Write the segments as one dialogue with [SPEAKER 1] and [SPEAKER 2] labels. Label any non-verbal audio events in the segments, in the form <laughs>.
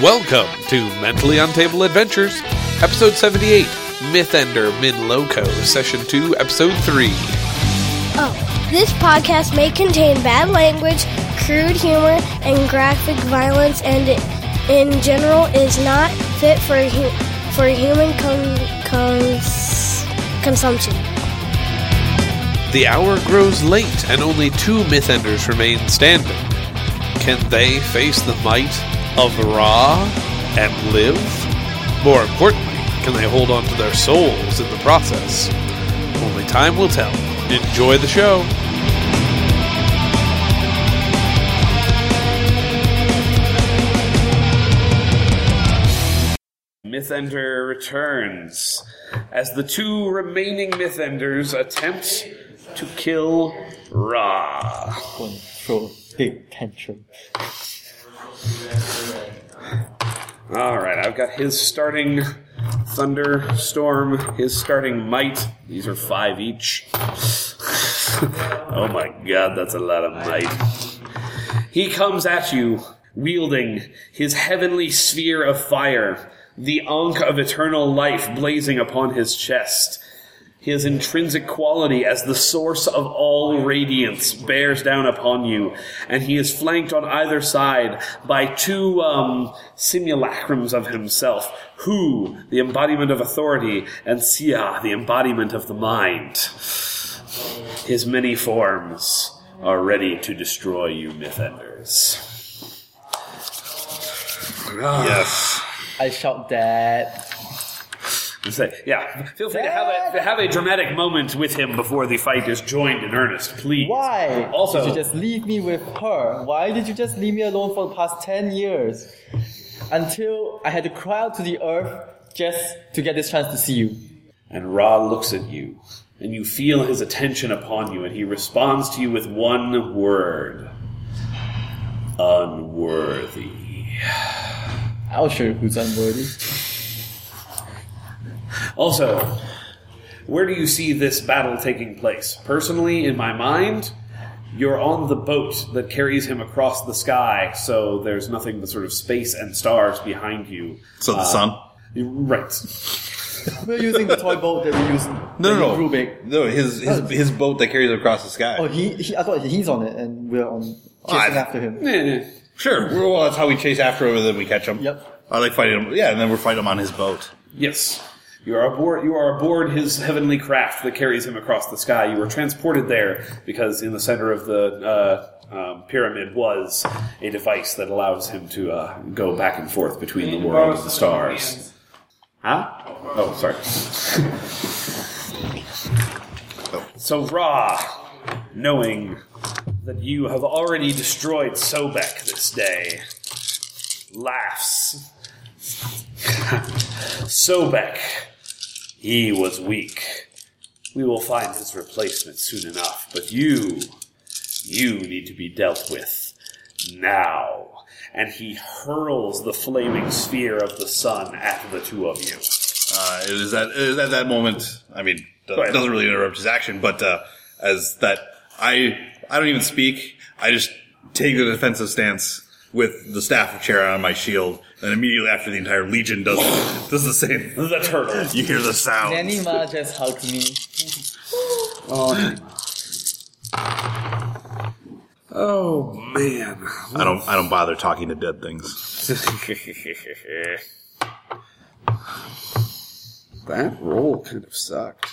[SPEAKER 1] Welcome to Mentally Untable Adventures, Episode 78, Mythender Min Loco, Session 2, Episode 3.
[SPEAKER 2] Oh, this podcast may contain bad language, crude humor, and graphic violence, and it, in general is not fit for hu- for human con- cons- consumption.
[SPEAKER 1] The hour grows late, and only two Mythenders remain standing. Can they face the might of Ra and live? More importantly, can they hold on to their souls in the process? Only time will tell. Enjoy the show.
[SPEAKER 3] Mythender returns as the two remaining Mythenders attempt to kill Ra.
[SPEAKER 4] control big tantrum.
[SPEAKER 3] All right, I've got his starting thunderstorm, his starting might. These are five each. oh my god, that's a lot of might. He comes at you wielding his heavenly sphere of fire, the Ankh of eternal life blazing upon his chest. His intrinsic quality as the source of all radiance bears down upon you, and he is flanked on either side by two um, simulacrums of himself, Hu, the embodiment of authority, and Sia, the embodiment of the mind. His many forms are ready to destroy you, Mythenders. Yes.
[SPEAKER 4] I shout that.
[SPEAKER 3] And say, yeah, feel free to have a, have a dramatic moment with him before the fight is joined in earnest, please.
[SPEAKER 4] Why
[SPEAKER 3] Also,
[SPEAKER 4] did you just leave me with her? Why did you just leave me alone for the past 10 years? Until I had to cry out to the earth just to get this chance to see you.
[SPEAKER 3] and Ra looks at you, and you feel his attention upon you, and he responds to you with one word: unworthy.
[SPEAKER 4] I'll show you who's unworthy.
[SPEAKER 3] Also, where do you see this battle taking place? Personally, in my mind, you're on the boat that carries him across the sky, so there's nothing but sort of space and stars behind you. Uh,
[SPEAKER 5] So the sun?
[SPEAKER 3] Right. <laughs>
[SPEAKER 4] We're using the toy boat that we use.
[SPEAKER 5] No, no,
[SPEAKER 4] that
[SPEAKER 5] no.
[SPEAKER 4] you Rubik.
[SPEAKER 5] No, his his, his boat that carries him across the sky.
[SPEAKER 4] Oh, he, he, I thought he's on it and we're on chasing
[SPEAKER 5] I've-
[SPEAKER 4] after him.
[SPEAKER 3] Eh,
[SPEAKER 5] sure. We're, well, that's how we chase after him, and then we catch him.
[SPEAKER 4] Yep.
[SPEAKER 5] I like fighting him. Yeah, and then we're fighting him on his boat.
[SPEAKER 3] Yes. You are aboard you are aboard his heavenly craft that carries him across the sky. You were transported there because in the center of the uh, um, pyramid was a device that allows him to uh, go back and forth between the world and the stars. Huh? Oh, sorry. <laughs> So Ra, knowing that you have already destroyed Sobek this day, laughs Sobek. He was weak. We will find his replacement soon enough, but you, you need to be dealt with now. And he hurls the flaming sphere of the sun at the two of you.
[SPEAKER 5] Uh, it is that it is at that moment. I mean, do-
[SPEAKER 3] Right.
[SPEAKER 5] doesn't really interrupt his action, but uh, as that, I I don't even speak. I just take the defensive stance with the staff of Charon on my shield, and immediately after the entire legion does <laughs> does the same.
[SPEAKER 3] The turtle.
[SPEAKER 5] You hear the sound.
[SPEAKER 4] Nanima just hugged me.
[SPEAKER 3] Oh <laughs> man.
[SPEAKER 5] I don't I don't bother talking to dead things.
[SPEAKER 3] that roll kind of sucked.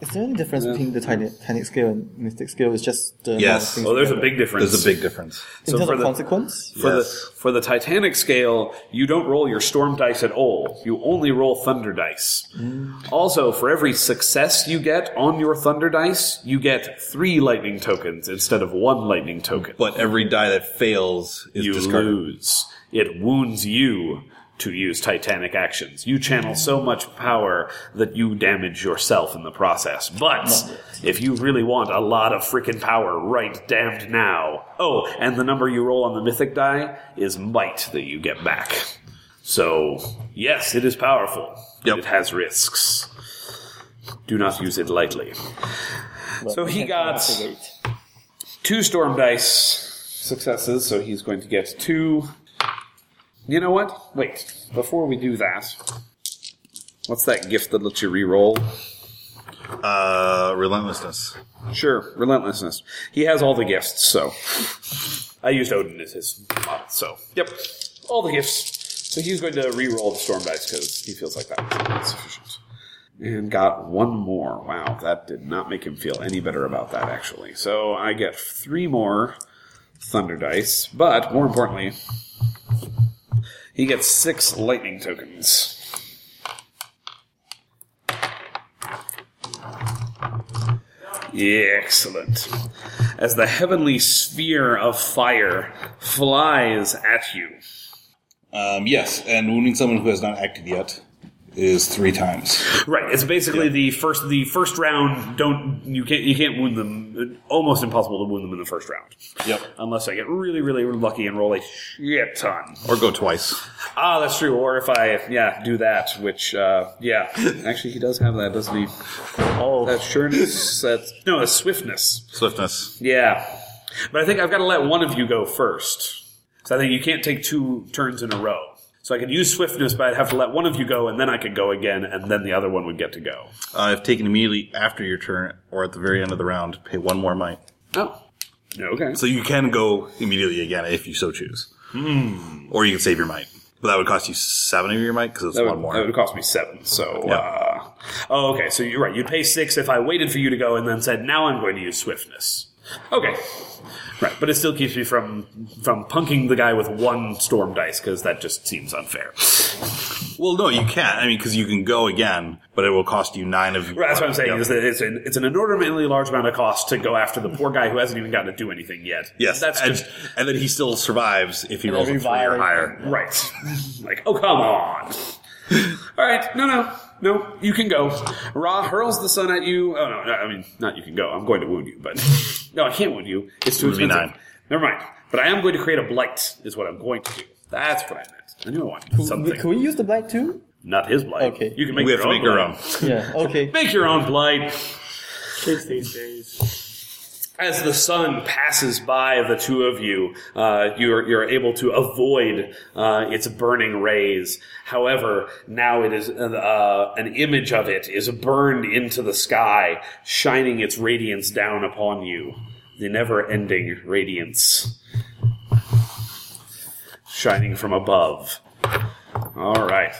[SPEAKER 4] Is there any difference between the Titan- Titanic scale and Mystic scale? It's just the amount of
[SPEAKER 5] Yes.
[SPEAKER 4] things
[SPEAKER 3] Oh, there's a
[SPEAKER 4] together.
[SPEAKER 3] big difference.
[SPEAKER 5] There's a big difference.
[SPEAKER 4] In
[SPEAKER 3] so
[SPEAKER 4] terms
[SPEAKER 3] for
[SPEAKER 4] of
[SPEAKER 3] the-
[SPEAKER 4] consequence?
[SPEAKER 3] For
[SPEAKER 5] Yes.
[SPEAKER 3] the for the Titanic scale, you don't roll your storm dice at all. You only roll thunder dice. Also, for every success you get on your thunder dice, you get three lightning tokens instead of one lightning token.
[SPEAKER 5] But every die that fails is
[SPEAKER 3] you
[SPEAKER 5] discarded.
[SPEAKER 3] lose. It wounds you to use Titanic actions. You channel so much power that you damage yourself in the process. But if you really want a lot of freaking power right damned now, oh, and the number you roll on the mythic die is might that you get back. So, yes, it is powerful.
[SPEAKER 5] Yep.
[SPEAKER 3] It has risks. Do not use it lightly. So he got two storm dice successes, so he's going to get two. You know what? Wait. Before we do that, what's that gift that lets you re-roll?
[SPEAKER 5] Uh, relentlessness.
[SPEAKER 3] Sure, relentlessness. He has all the gifts, so I used Odin as his model. So yep, all the gifts. So he's going to re-roll the storm dice because he feels like that is sufficient. And got one more. Wow, that did not make him feel any better about that actually. So I get three more thunder dice, but more importantly, he gets six lightning tokens. Excellent. As the heavenly sphere of fire flies at you.
[SPEAKER 5] Um, yes, and wounding someone who has not acted yet is three times.
[SPEAKER 3] Right. It's basically the first the first round. Don't you can't you can't wound them. Almost impossible to wound them in the first round.
[SPEAKER 5] Yep.
[SPEAKER 3] Unless I get really really lucky and roll a shit ton.
[SPEAKER 5] Or go twice.
[SPEAKER 3] Ah, that's true. Or if I yeah do that, which uh, yeah, <laughs> actually he does have that, doesn't he? Oh, that
[SPEAKER 1] <laughs>
[SPEAKER 3] sureness. That's no, that's swiftness.
[SPEAKER 5] Swiftness.
[SPEAKER 3] Yeah. But I think I've got to let one of you go first. So I think you can't take two turns in a row. So I could use swiftness, but I'd have to let one of you go, and then I could go again, and then the other one would get to go.
[SPEAKER 5] Uh, if taken immediately after your turn or at the very end of the round, pay one more might.
[SPEAKER 3] Oh. Okay.
[SPEAKER 5] So you can go immediately again if you so choose. Or you can save your might. But that would cost you seven of your might because it's
[SPEAKER 3] Hmm. that
[SPEAKER 5] one
[SPEAKER 3] would,
[SPEAKER 5] more.
[SPEAKER 3] that would cost me seven. So, uh, oh, okay. So you're right. You'd pay six if I waited for you to go and then said, "Now I'm going to use swiftness." Okay, right. But it still keeps me from from punking the guy with one storm dice because that just seems unfair.
[SPEAKER 5] well, no, you can't. I mean, because you can go again, but it will cost you nine of your
[SPEAKER 3] Right, that's what I'm saying.
[SPEAKER 5] Yep.
[SPEAKER 3] Is that it's an it's an inordinately large amount of cost to go after the poor guy who hasn't even gotten to do anything yet.
[SPEAKER 5] Yes,
[SPEAKER 3] that's
[SPEAKER 5] and,
[SPEAKER 3] just
[SPEAKER 5] and then he still survives if he rolls a three or
[SPEAKER 4] reviling.
[SPEAKER 5] higher.
[SPEAKER 3] right. <laughs> like, oh come on. All right, no, no, no. You can go. Ra hurls the sun at you. Oh no, no, I mean not. You can go. I'm going to wound you, but <laughs> no, I can't wound you. It's too
[SPEAKER 5] Would be
[SPEAKER 3] expensive.
[SPEAKER 5] nine.
[SPEAKER 3] Never mind. But I am going to create a blight. Is what I'm going to do. That's what I meant. I knew I wanted something.
[SPEAKER 4] Can we use the blight too?
[SPEAKER 3] Not his blight.
[SPEAKER 4] Okay.
[SPEAKER 3] You can make
[SPEAKER 5] we have
[SPEAKER 3] your
[SPEAKER 5] to
[SPEAKER 3] own
[SPEAKER 5] make our own.
[SPEAKER 3] blight.
[SPEAKER 4] Yeah.
[SPEAKER 3] <laughs>
[SPEAKER 4] Okay.
[SPEAKER 3] Make your own blight.
[SPEAKER 6] Kids these days.
[SPEAKER 3] As the sun passes by the two of you, uh, you're, you're able to avoid uh, its burning rays. However, now it is uh, an image of it is burned into the sky, shining its radiance down upon you. The never-ending radiance shining from above. All right,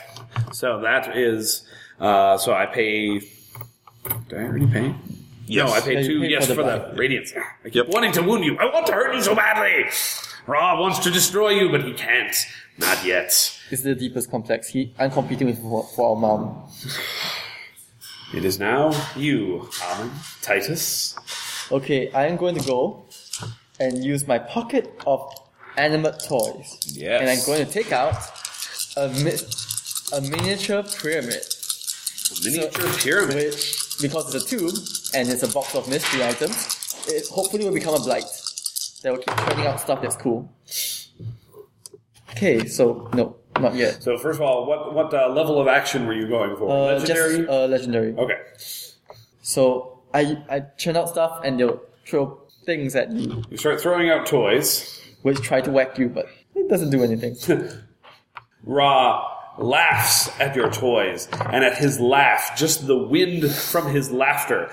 [SPEAKER 3] so that is uh, so. I pay. Did I already pay?
[SPEAKER 5] Yes.
[SPEAKER 3] No, I paid
[SPEAKER 4] Yeah, you
[SPEAKER 3] two.
[SPEAKER 4] paid
[SPEAKER 3] yes, for
[SPEAKER 4] for
[SPEAKER 3] the,
[SPEAKER 4] the
[SPEAKER 3] radiance. I keep
[SPEAKER 5] Yep.
[SPEAKER 3] wanting to wound you. I want to hurt you so badly. Ra wants to destroy you, but he can't. Not yet.
[SPEAKER 4] This is the deepest complex. He, I'm competing with for, for our mom.
[SPEAKER 3] It is now you, Alan Titus.
[SPEAKER 4] Okay, I'm going to go and use my pocket of animate toys.
[SPEAKER 3] Yes.
[SPEAKER 4] And I'm going to take out a, mi- a miniature pyramid,
[SPEAKER 3] Miniature pyramid.
[SPEAKER 4] which, because it's a tube and it's a box of mystery items, it hopefully will become a blight that will keep turning out stuff that's cool. Okay, so no, not yet.
[SPEAKER 3] So first of all, what what uh, level of action were you going for?
[SPEAKER 4] Uh,
[SPEAKER 3] Legendary.
[SPEAKER 4] Just, uh, legendary.
[SPEAKER 3] okay.
[SPEAKER 4] So I I churn out stuff and they'll throw things at you,
[SPEAKER 3] You start throwing out toys.
[SPEAKER 4] which try to whack you, but it doesn't do <laughs> anything.
[SPEAKER 3] Ra laughs at your toys, and at his laugh, just the wind from his laughter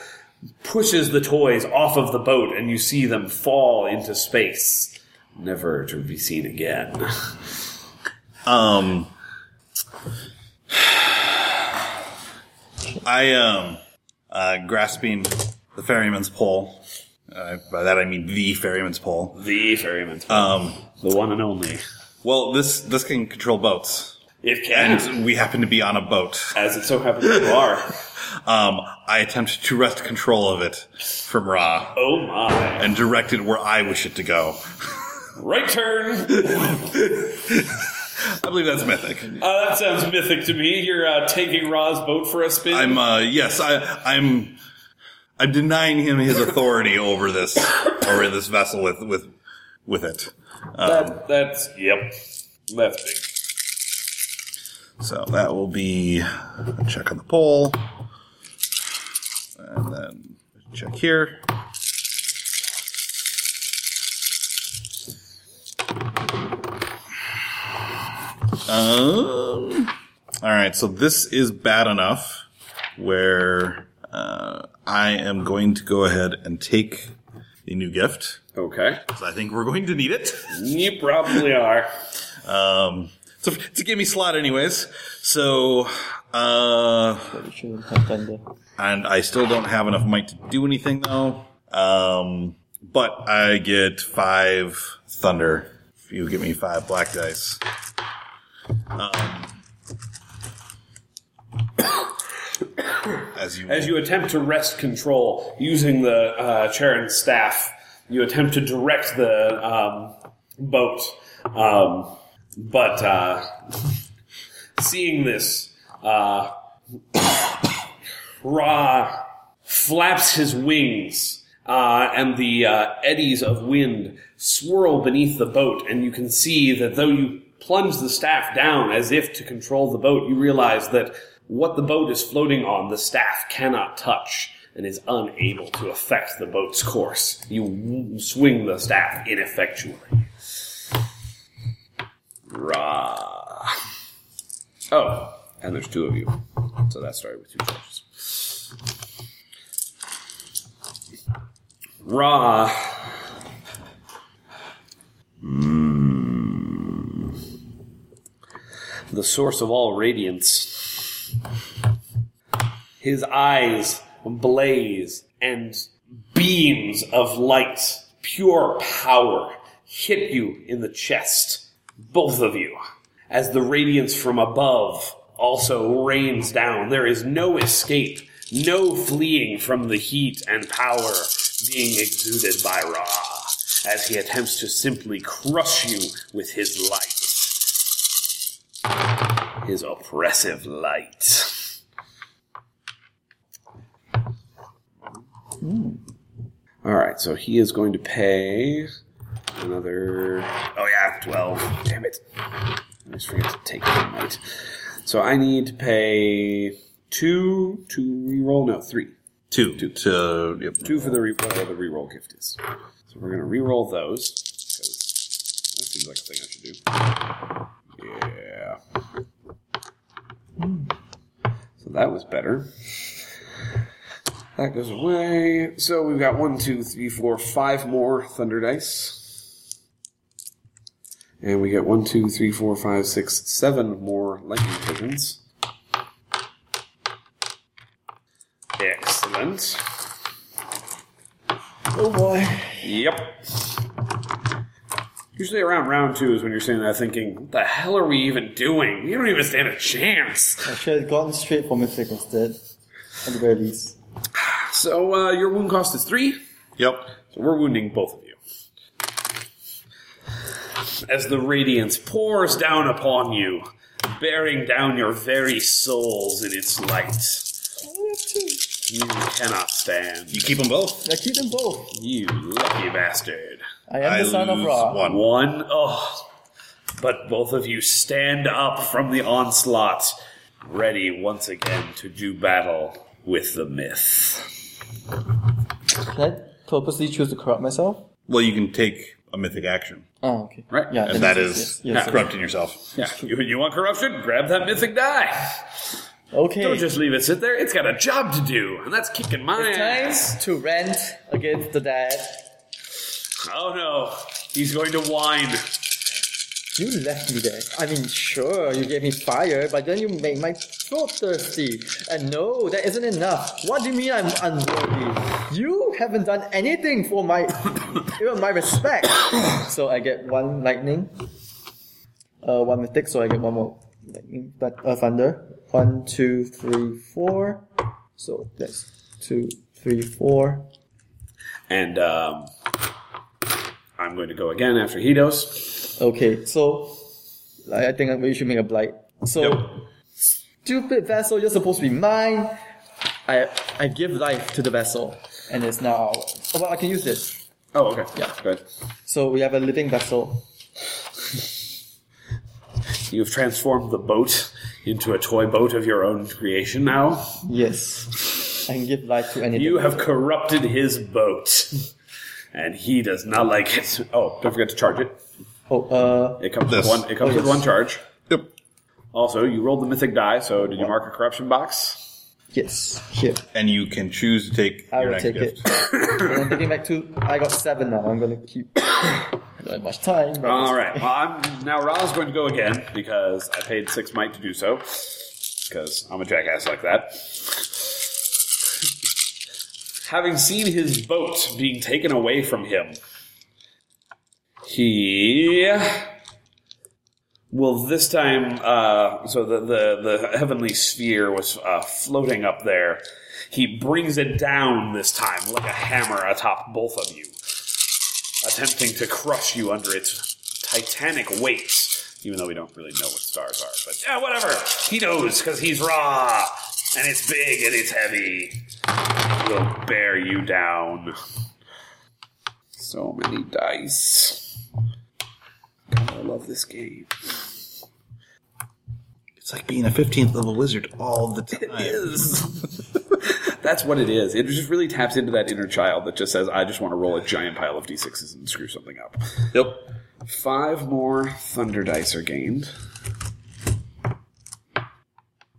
[SPEAKER 3] pushes the toys off of the boat, and you see them fall into space, never to be seen again. <laughs>
[SPEAKER 5] Um, I um, uh, grasping the ferryman's pole. Uh, by that I mean the ferryman's pole.
[SPEAKER 3] The ferryman,
[SPEAKER 5] Um,
[SPEAKER 3] the one and only.
[SPEAKER 5] well, this this can control boats,
[SPEAKER 3] It can,
[SPEAKER 5] and we happen to be on a boat.
[SPEAKER 3] as it so happens you are.
[SPEAKER 5] Um, I attempt to wrest control of it from Ra
[SPEAKER 3] Oh my!
[SPEAKER 5] and direct it where I wish it to go.
[SPEAKER 3] Right turn.
[SPEAKER 5] I believe that's mythic.
[SPEAKER 3] Uh, that sounds mythic to me. You're uh, taking Ra's boat for a spin.
[SPEAKER 5] I'm uh yes, I I'm I'm denying him his authority over this over this vessel with with with it.
[SPEAKER 3] that, that's yep. That's big.
[SPEAKER 5] So that will be a check on the pole. And then check here. Um, all right, so this is bad enough where uh, I am going to go ahead and take the new gift
[SPEAKER 3] Okay.
[SPEAKER 5] 'cause I think we're going to need it. <laughs>
[SPEAKER 3] You probably are.
[SPEAKER 5] Um, it's a, it's a gimme slot, anyways. So, uh,
[SPEAKER 4] We shouldn't have done that.
[SPEAKER 5] and I still don't have enough might to do anything though. Um, but I get five thunder. If you give me five black dice. Um, <coughs> as you,
[SPEAKER 3] As you attempt to wrest control using the uh, chair and staff, you attempt to direct the um, boat. Um, but uh, seeing this, uh, <coughs> Ra flaps his wings, uh, and the uh, eddies of wind swirl beneath the boat, and you can see that though you plunge the staff down as if to control the boat, you realize that what the boat is floating on, the staff cannot touch and is unable to affect the boat's course. You w- swing the staff ineffectually. Ra. Oh, and there's two of you. So that started with two charges. Ra. Mm. The source of all radiance. His eyes blaze and beams of light, pure power, hit you in the chest, both of you, as the radiance from above also rains down. There is no escape, no fleeing from the heat and power being exuded by Ra as he attempts to simply crush you with his light. His oppressive light. All right, so he is going to pay another. Oh yeah, twelve. Damn it! I always forget to take that night. So I need to pay two to reroll. No, three.
[SPEAKER 5] two, two, two, yep.
[SPEAKER 3] Two for the re- whatever the reroll gift is. So we're gonna reroll those because that seems like a thing I should do. Yeah. So that was better. That goes away. So we've got one, two, three, four, five more thunder dice. And we get one, two, three, four, five, six, seven more lightning pigeons. Excellent.
[SPEAKER 4] Oh boy.
[SPEAKER 3] Yep. Usually around round two is when you're sitting there thinking, what the hell are we even doing? We don't even stand a chance.
[SPEAKER 4] I should have gone straight for my trick instead. At the very least.
[SPEAKER 3] So uh, your wound cost is three.
[SPEAKER 5] Yep.
[SPEAKER 3] So we're wounding both of you. As the radiance pours down upon you, bearing down your very souls in its light, you cannot stand.
[SPEAKER 5] You keep them both.
[SPEAKER 4] I keep them both.
[SPEAKER 3] You lucky bastard.
[SPEAKER 4] I am
[SPEAKER 5] I
[SPEAKER 4] the son of
[SPEAKER 5] lose
[SPEAKER 4] Ra.
[SPEAKER 5] one.
[SPEAKER 3] One, oh. But both of you stand up from the onslaught, ready once again to do battle with the myth.
[SPEAKER 4] Can I purposely choose to corrupt myself?
[SPEAKER 5] Well, you can take a mythic action,
[SPEAKER 4] Oh, okay.
[SPEAKER 3] Right.
[SPEAKER 4] Yeah,
[SPEAKER 5] and that is
[SPEAKER 4] yes, yes,
[SPEAKER 5] corrupting yourself.
[SPEAKER 3] Yeah. You, you want corruption? Grab that mythic die.
[SPEAKER 4] Okay.
[SPEAKER 3] Don't just leave it sit there. It's got a job to do, and that's kicking my ass.
[SPEAKER 4] Time to rant against the dad.
[SPEAKER 3] Oh no, he's going to whine.
[SPEAKER 4] You left me there. I mean, sure, you gave me fire, but then you made my throat thirsty. And no, that isn't enough. What do you mean I'm unworthy? You haven't done anything for my, <coughs> even my respect. <coughs> so I get one lightning, uh, one mythic, so I get one more lightning, but uh, thunder. One, two, three, four. So that's two, three, four.
[SPEAKER 3] And um, I'm going to go again after he does.
[SPEAKER 4] Okay, so I I think we should make a blight. So stupid vessel, you're supposed to be mine. I I give life to the vessel, and it's now. ours. Oh, well, I can use this.
[SPEAKER 3] Oh, okay.
[SPEAKER 4] Yeah.
[SPEAKER 3] Good.
[SPEAKER 4] So we have a living vessel.
[SPEAKER 3] You've transformed the boat into a toy boat of your own creation now.
[SPEAKER 4] Yes, I can give life to anything.
[SPEAKER 3] You have corrupted his boat. And he does not like it. Oh, don't forget to charge it.
[SPEAKER 4] oh, uh,
[SPEAKER 3] It comes
[SPEAKER 5] This.
[SPEAKER 3] with one. It comes
[SPEAKER 4] Oh,
[SPEAKER 3] with
[SPEAKER 4] yes.
[SPEAKER 3] one charge.
[SPEAKER 5] Yep.
[SPEAKER 3] Also, you rolled the mythic die, so did you mark a corruption box?
[SPEAKER 4] Yes, here.
[SPEAKER 5] And you can choose to take
[SPEAKER 4] I
[SPEAKER 5] your
[SPEAKER 4] will
[SPEAKER 5] next
[SPEAKER 4] take
[SPEAKER 5] gift.
[SPEAKER 4] it. <coughs> I'm taking back two. I got seven now. I'm gonna keep. <coughs> Not much time. but-
[SPEAKER 3] All right. Well, I'm now Ra's going to go again because I paid six might to do so. Because I'm a jackass like that. Having seen his boat being taken away from him, he will this time. Uh, so the, the the heavenly sphere was uh, floating up there. He brings it down this time like a hammer atop both of you attempting to crush you under its titanic weight. Even though we don't really know what stars are, but yeah, whatever. He knows because he's raw, and it's big and it's heavy. Will bear you down. So many dice. God, I love this game.
[SPEAKER 5] It's like being a 15th level wizard all the time. <laughs>
[SPEAKER 3] That's what it is. It just really taps into that inner child that just says, "I just want to roll a giant pile of d6s and screw something up."
[SPEAKER 5] Yep.
[SPEAKER 3] Five more thunder dice are gained.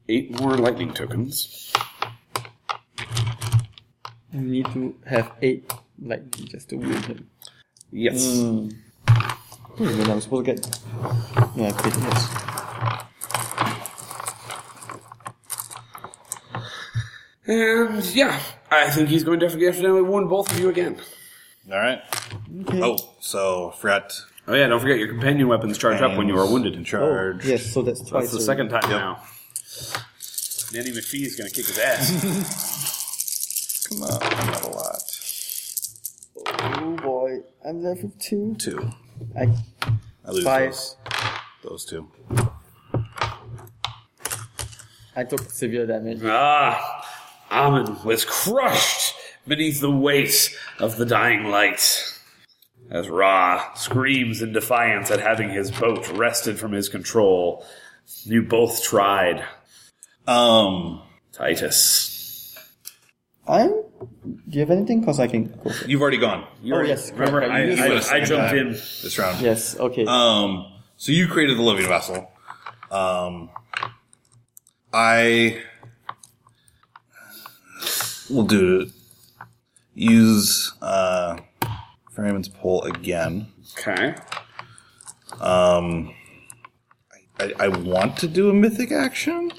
[SPEAKER 3] Eight more lightning tokens.
[SPEAKER 4] You need to have eight, like just to win him.
[SPEAKER 3] Yes.
[SPEAKER 4] Hmm, then I'm supposed to get. No, I paid yes.
[SPEAKER 3] And yeah, I think he's going to definitely wound both of you again.
[SPEAKER 5] All right. Oh, so I forgot.
[SPEAKER 3] Oh yeah, don't forget your companion weapons charge up when you are wounded.
[SPEAKER 5] in
[SPEAKER 3] And
[SPEAKER 4] Oh,
[SPEAKER 5] charge.
[SPEAKER 4] yes, so that's twice.
[SPEAKER 3] that's the second
[SPEAKER 4] already.
[SPEAKER 3] time now. Nanny McPhee is going to kick his ass. <laughs>
[SPEAKER 5] Come on, not a lot.
[SPEAKER 4] Oh boy, I'm left with two.
[SPEAKER 5] Two.
[SPEAKER 4] I,
[SPEAKER 5] I lose
[SPEAKER 4] Five.
[SPEAKER 5] those. Those two.
[SPEAKER 4] I took severe damage.
[SPEAKER 3] ah, Amon was crushed beneath the weight of the dying light. As Ra screams in defiance at having his boat wrested from his control, you both tried.
[SPEAKER 5] Um,
[SPEAKER 3] Titus.
[SPEAKER 4] I'm. Do you have anything? Cause I can go. For it.
[SPEAKER 5] you've already gone.
[SPEAKER 3] You
[SPEAKER 4] Oh,
[SPEAKER 3] already-
[SPEAKER 4] yes, correct.
[SPEAKER 3] remember,
[SPEAKER 4] I
[SPEAKER 3] I,
[SPEAKER 4] used
[SPEAKER 3] I-
[SPEAKER 5] You
[SPEAKER 4] it.
[SPEAKER 5] went
[SPEAKER 3] I
[SPEAKER 5] second
[SPEAKER 3] jumped
[SPEAKER 5] time
[SPEAKER 3] in.
[SPEAKER 5] this round.
[SPEAKER 4] Yes. Okay.
[SPEAKER 5] Um, so you created the living vessel. Um, I will do use uh, Ferryman's pole again.
[SPEAKER 3] Okay.
[SPEAKER 5] Um, I, I want to do a mythic action,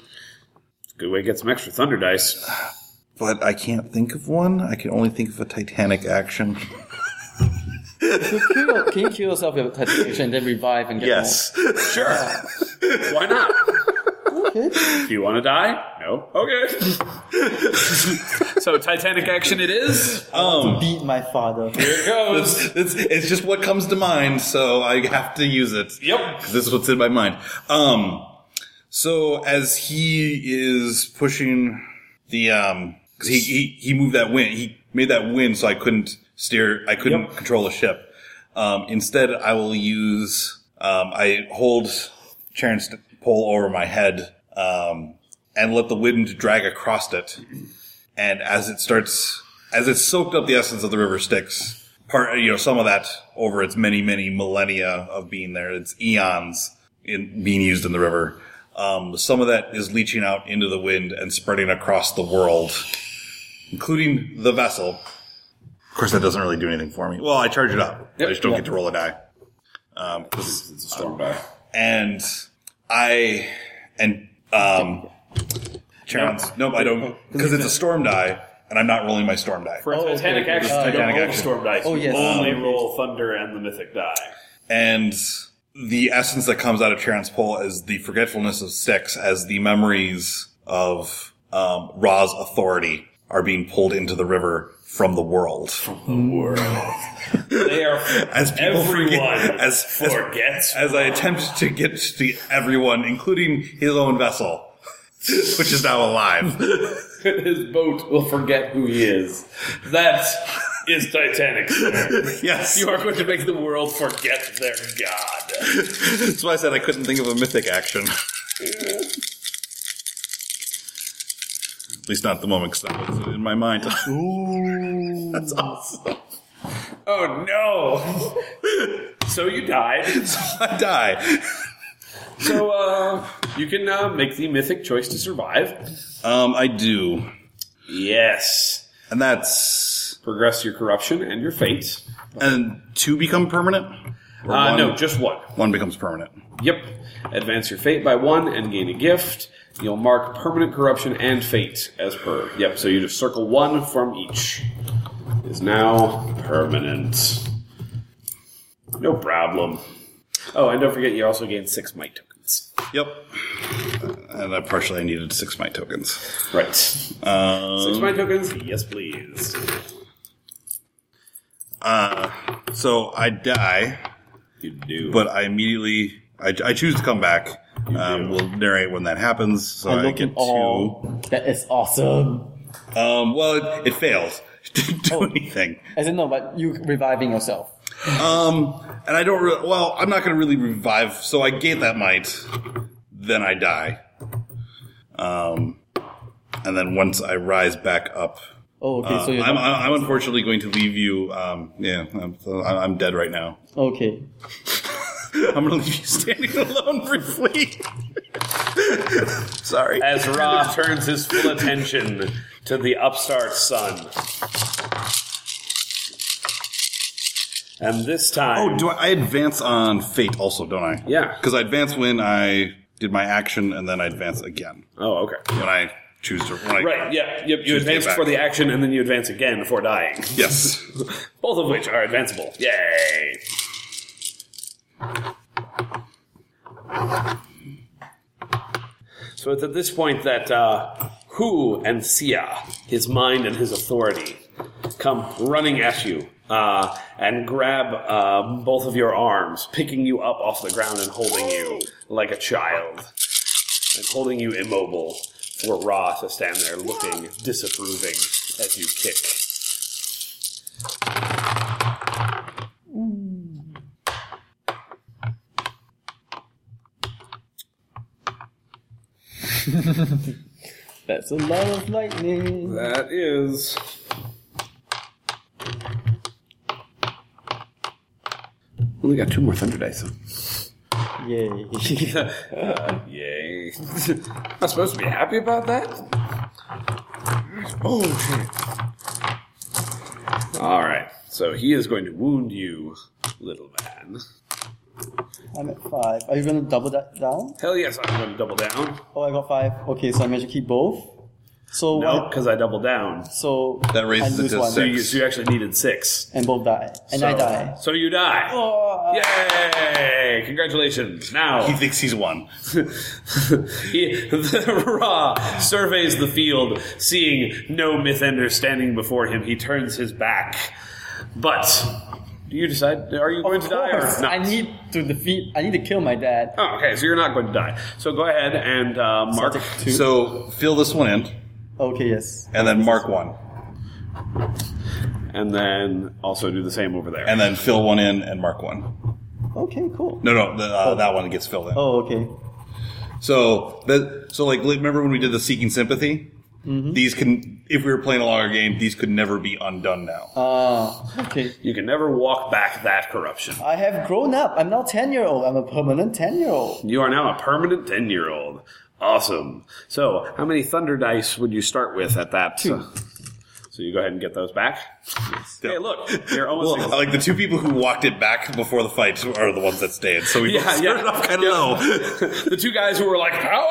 [SPEAKER 3] Good way to get some extra thunder dice.
[SPEAKER 5] but I can't think of one. I can only think of a Titanic action.
[SPEAKER 4] Kill- can you kill yourself with a titration and then revive and get
[SPEAKER 3] Sure. <laughs> Why not?
[SPEAKER 4] <laughs>
[SPEAKER 3] Do you want to die? No. Okay. so Titanic action it is.
[SPEAKER 4] more? Beat my father.
[SPEAKER 3] Here it goes.
[SPEAKER 5] It's, it's, it's just what comes to mind, so I have to use it.
[SPEAKER 3] Yep.
[SPEAKER 5] This is what's in my mind. Um, so as he is pushing the, um, cause he, he, he moved that wind, he made that wind so I couldn't steer, I couldn't
[SPEAKER 3] Yep.
[SPEAKER 5] control the ship. Um, instead I will use, um, I hold Charon's pole over my head, um, and let the wind drag across it. And as it starts, as it's soaked up the essence of the river Styx, part, you know, some of that over its many, many millennia of being there, its eons in being used in the river. Um, some of that is leaching out into the wind and spreading across the world, including the vessel. Of course, that doesn't really do anything for me. Well, I charge it up. I just don't get to roll a die. Um, 'cause-
[SPEAKER 3] It's a storm die.
[SPEAKER 5] and I and um, Charon's. Nope, I
[SPEAKER 3] Oh,
[SPEAKER 5] don't because it's a storm die, and I'm not rolling my storm die.
[SPEAKER 3] For
[SPEAKER 4] Oh, okay,
[SPEAKER 3] Titanic
[SPEAKER 4] okay.
[SPEAKER 3] action,
[SPEAKER 4] Uh,
[SPEAKER 3] you don't
[SPEAKER 5] Titanic
[SPEAKER 3] roll the
[SPEAKER 5] action.
[SPEAKER 3] storm dice.
[SPEAKER 4] Oh, yes.
[SPEAKER 3] You only
[SPEAKER 4] Um,
[SPEAKER 3] roll thunder and the mythic die.
[SPEAKER 5] and the essence that comes out of Charon's pole is the forgetfulness of Styx as the memories of um, Ra's authority are being pulled into the river from the world.
[SPEAKER 3] They are <laughs>
[SPEAKER 5] As people forget-
[SPEAKER 3] everyone
[SPEAKER 5] <laughs> as- as-
[SPEAKER 3] forgets.
[SPEAKER 5] As I attempt to get to everyone, including his own vessel, <laughs> which is now
[SPEAKER 3] <laughs>
[SPEAKER 5] alive.
[SPEAKER 3] his boat will forget who he is. That is Titanic. sir.
[SPEAKER 5] yes.
[SPEAKER 3] you are going to make the world forget their god.
[SPEAKER 5] That's why I said I couldn't think of a mythic action. At least not at the moment, because that was in my mind. <laughs> That's awesome.
[SPEAKER 3] Oh no! <laughs> so you died.
[SPEAKER 5] So I die.
[SPEAKER 3] So uh, you can uh, make the mythic choice to survive.
[SPEAKER 5] Um, I do,
[SPEAKER 3] Yes.
[SPEAKER 5] and that's
[SPEAKER 3] Progress your corruption and your fate.
[SPEAKER 5] and two become permanent. Or
[SPEAKER 3] Uh,
[SPEAKER 5] one-
[SPEAKER 3] no, just one.
[SPEAKER 5] one becomes permanent.
[SPEAKER 3] Yep. Advance your fate by one and gain a gift. You'll mark permanent corruption and fate as per. Yep, so you just circle one from each. Is now permanent. No problem. Oh, and don't forget you also gain six might tokens.
[SPEAKER 5] Yep. And I partially needed six might tokens.
[SPEAKER 3] Right. Six
[SPEAKER 5] Um,
[SPEAKER 3] might tokens? Yes, please.
[SPEAKER 5] so I die,
[SPEAKER 3] You do.
[SPEAKER 5] but I immediately I, I choose to come back. Um, we'll narrate when that happens. So I,
[SPEAKER 4] look
[SPEAKER 5] get
[SPEAKER 4] at all. That is awesome.
[SPEAKER 5] two. Um, well, it, it fails <laughs> to do
[SPEAKER 4] Oh.
[SPEAKER 5] anything.
[SPEAKER 4] As in, no, but you reviving yourself.
[SPEAKER 5] Um, and I don't. Re- well, I'm not going to really revive. So I gain that might, then I die. Um, and then once I rise back up,
[SPEAKER 4] Oh, okay.
[SPEAKER 5] uh,
[SPEAKER 4] so you're
[SPEAKER 5] I'm,
[SPEAKER 4] not-
[SPEAKER 5] I'm I'm unfortunately going to leave you. Um, yeah, I'm, so I- I'm dead right now. <laughs>
[SPEAKER 4] okay.
[SPEAKER 5] I'm going to leave you standing <laughs> alone briefly. <laughs> Sorry.
[SPEAKER 3] As Ra turns his full attention to the upstart sun. And this time.
[SPEAKER 5] Oh, do I, I advance on fate also? Don't I?
[SPEAKER 3] Yeah.
[SPEAKER 5] Because I advance when I did my action, and then I advance again
[SPEAKER 3] Oh, okay.
[SPEAKER 5] when I choose to. When I,
[SPEAKER 3] Right, yeah. Yep, you
[SPEAKER 5] Choose to
[SPEAKER 3] advance
[SPEAKER 5] get back.
[SPEAKER 3] for the action and then you advance again before dying.
[SPEAKER 5] Yes.
[SPEAKER 3] <laughs> Both of which are advanceable. Yay! So it's at this point that uh, Hu and Sia, his mind and his authority, come running at you uh, and grab uh, both of your arms, picking you up off the ground and holding you like a child and holding you immobile for Ra to stand there looking disapproving as you kick.
[SPEAKER 4] That's a lot of lightning.
[SPEAKER 3] That is. Only got two more thunder dice.
[SPEAKER 4] Yay.
[SPEAKER 3] Yay!
[SPEAKER 4] <laughs>
[SPEAKER 3] <laughs> Not supposed to be happy about that. Oh shit! All right, so he is going to wound you, little man.
[SPEAKER 4] I'm at five. Are you gonna double that down?
[SPEAKER 3] Hell yes, I'm going to double down.
[SPEAKER 4] Oh, I got five. Okay, so I managed to keep both. So
[SPEAKER 3] No,
[SPEAKER 4] what?
[SPEAKER 3] because I double down.
[SPEAKER 4] So
[SPEAKER 5] That raises
[SPEAKER 4] I
[SPEAKER 5] it
[SPEAKER 4] lose
[SPEAKER 5] to
[SPEAKER 4] one.
[SPEAKER 3] So you,
[SPEAKER 5] Six.
[SPEAKER 3] so you actually needed six.
[SPEAKER 4] and both die, and I
[SPEAKER 3] So-
[SPEAKER 4] die. Oh.
[SPEAKER 3] So you die. Yay! Congratulations. Now
[SPEAKER 5] He thinks he's won.
[SPEAKER 3] he, Ra surveys the field, seeing no Mythender standing before him. He turns his back. But do you decide? Are you going to die
[SPEAKER 4] Oh, course,
[SPEAKER 3] or not?
[SPEAKER 4] I need to defeat. I need to kill my dad.
[SPEAKER 3] oh, okay. So you're not going to die. So go ahead and uh, mark.
[SPEAKER 4] Two.
[SPEAKER 5] So fill this one in,
[SPEAKER 4] okay, yes.
[SPEAKER 5] and then mark one,
[SPEAKER 3] And then also do the same over there.
[SPEAKER 5] and then fill one in and mark one.
[SPEAKER 4] Okay, cool.
[SPEAKER 5] No, no, the, uh, that one gets filled in.
[SPEAKER 4] Oh, okay.
[SPEAKER 5] So that, so like li- remember when we did the seeking sympathy?
[SPEAKER 3] Mm-hmm.
[SPEAKER 5] These can, if we were playing a longer game, these could never be undone now.
[SPEAKER 4] Uh, okay.
[SPEAKER 3] you can never walk back that corruption.
[SPEAKER 4] I have grown up. I'm now ten year old. I'm a permanent ten year old.
[SPEAKER 3] You are now a permanent 10 year old. Awesome. So, how many thunder dice would you start with at that? uh,
[SPEAKER 4] Two.
[SPEAKER 3] So, you go ahead and get those back. Hey,
[SPEAKER 4] <laughs>
[SPEAKER 3] look, you're almost.
[SPEAKER 5] well, like the two people who walked it back before the fight are the ones that stayed. So we both started off kind of low.
[SPEAKER 3] <laughs> the two guys who were like, power,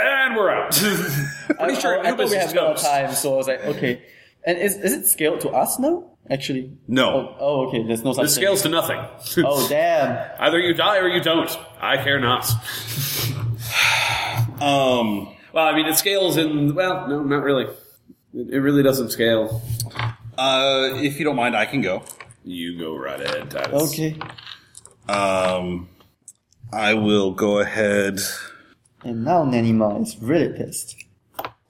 [SPEAKER 3] and we're out. <laughs> Pretty
[SPEAKER 4] I,
[SPEAKER 3] sure
[SPEAKER 4] I, I thought
[SPEAKER 3] Anubis
[SPEAKER 4] we
[SPEAKER 3] is
[SPEAKER 4] have more
[SPEAKER 3] toast.
[SPEAKER 4] time, so I was like, okay. And is is it scaled to us now? Actually,
[SPEAKER 5] No,
[SPEAKER 4] Oh, oh okay. There's no such
[SPEAKER 3] It
[SPEAKER 4] thing.
[SPEAKER 3] scales to nothing.
[SPEAKER 4] Oh damn.
[SPEAKER 3] Either you die or you don't. I care not.
[SPEAKER 5] um,
[SPEAKER 3] Well, I mean, it scales in. Well, no, not really. It, it really doesn't scale.
[SPEAKER 5] uh, if you don't mind, I can go.
[SPEAKER 3] You go right ahead, Titus.
[SPEAKER 4] Okay.
[SPEAKER 5] Um, I will go ahead.
[SPEAKER 4] And now Nanima is really pissed.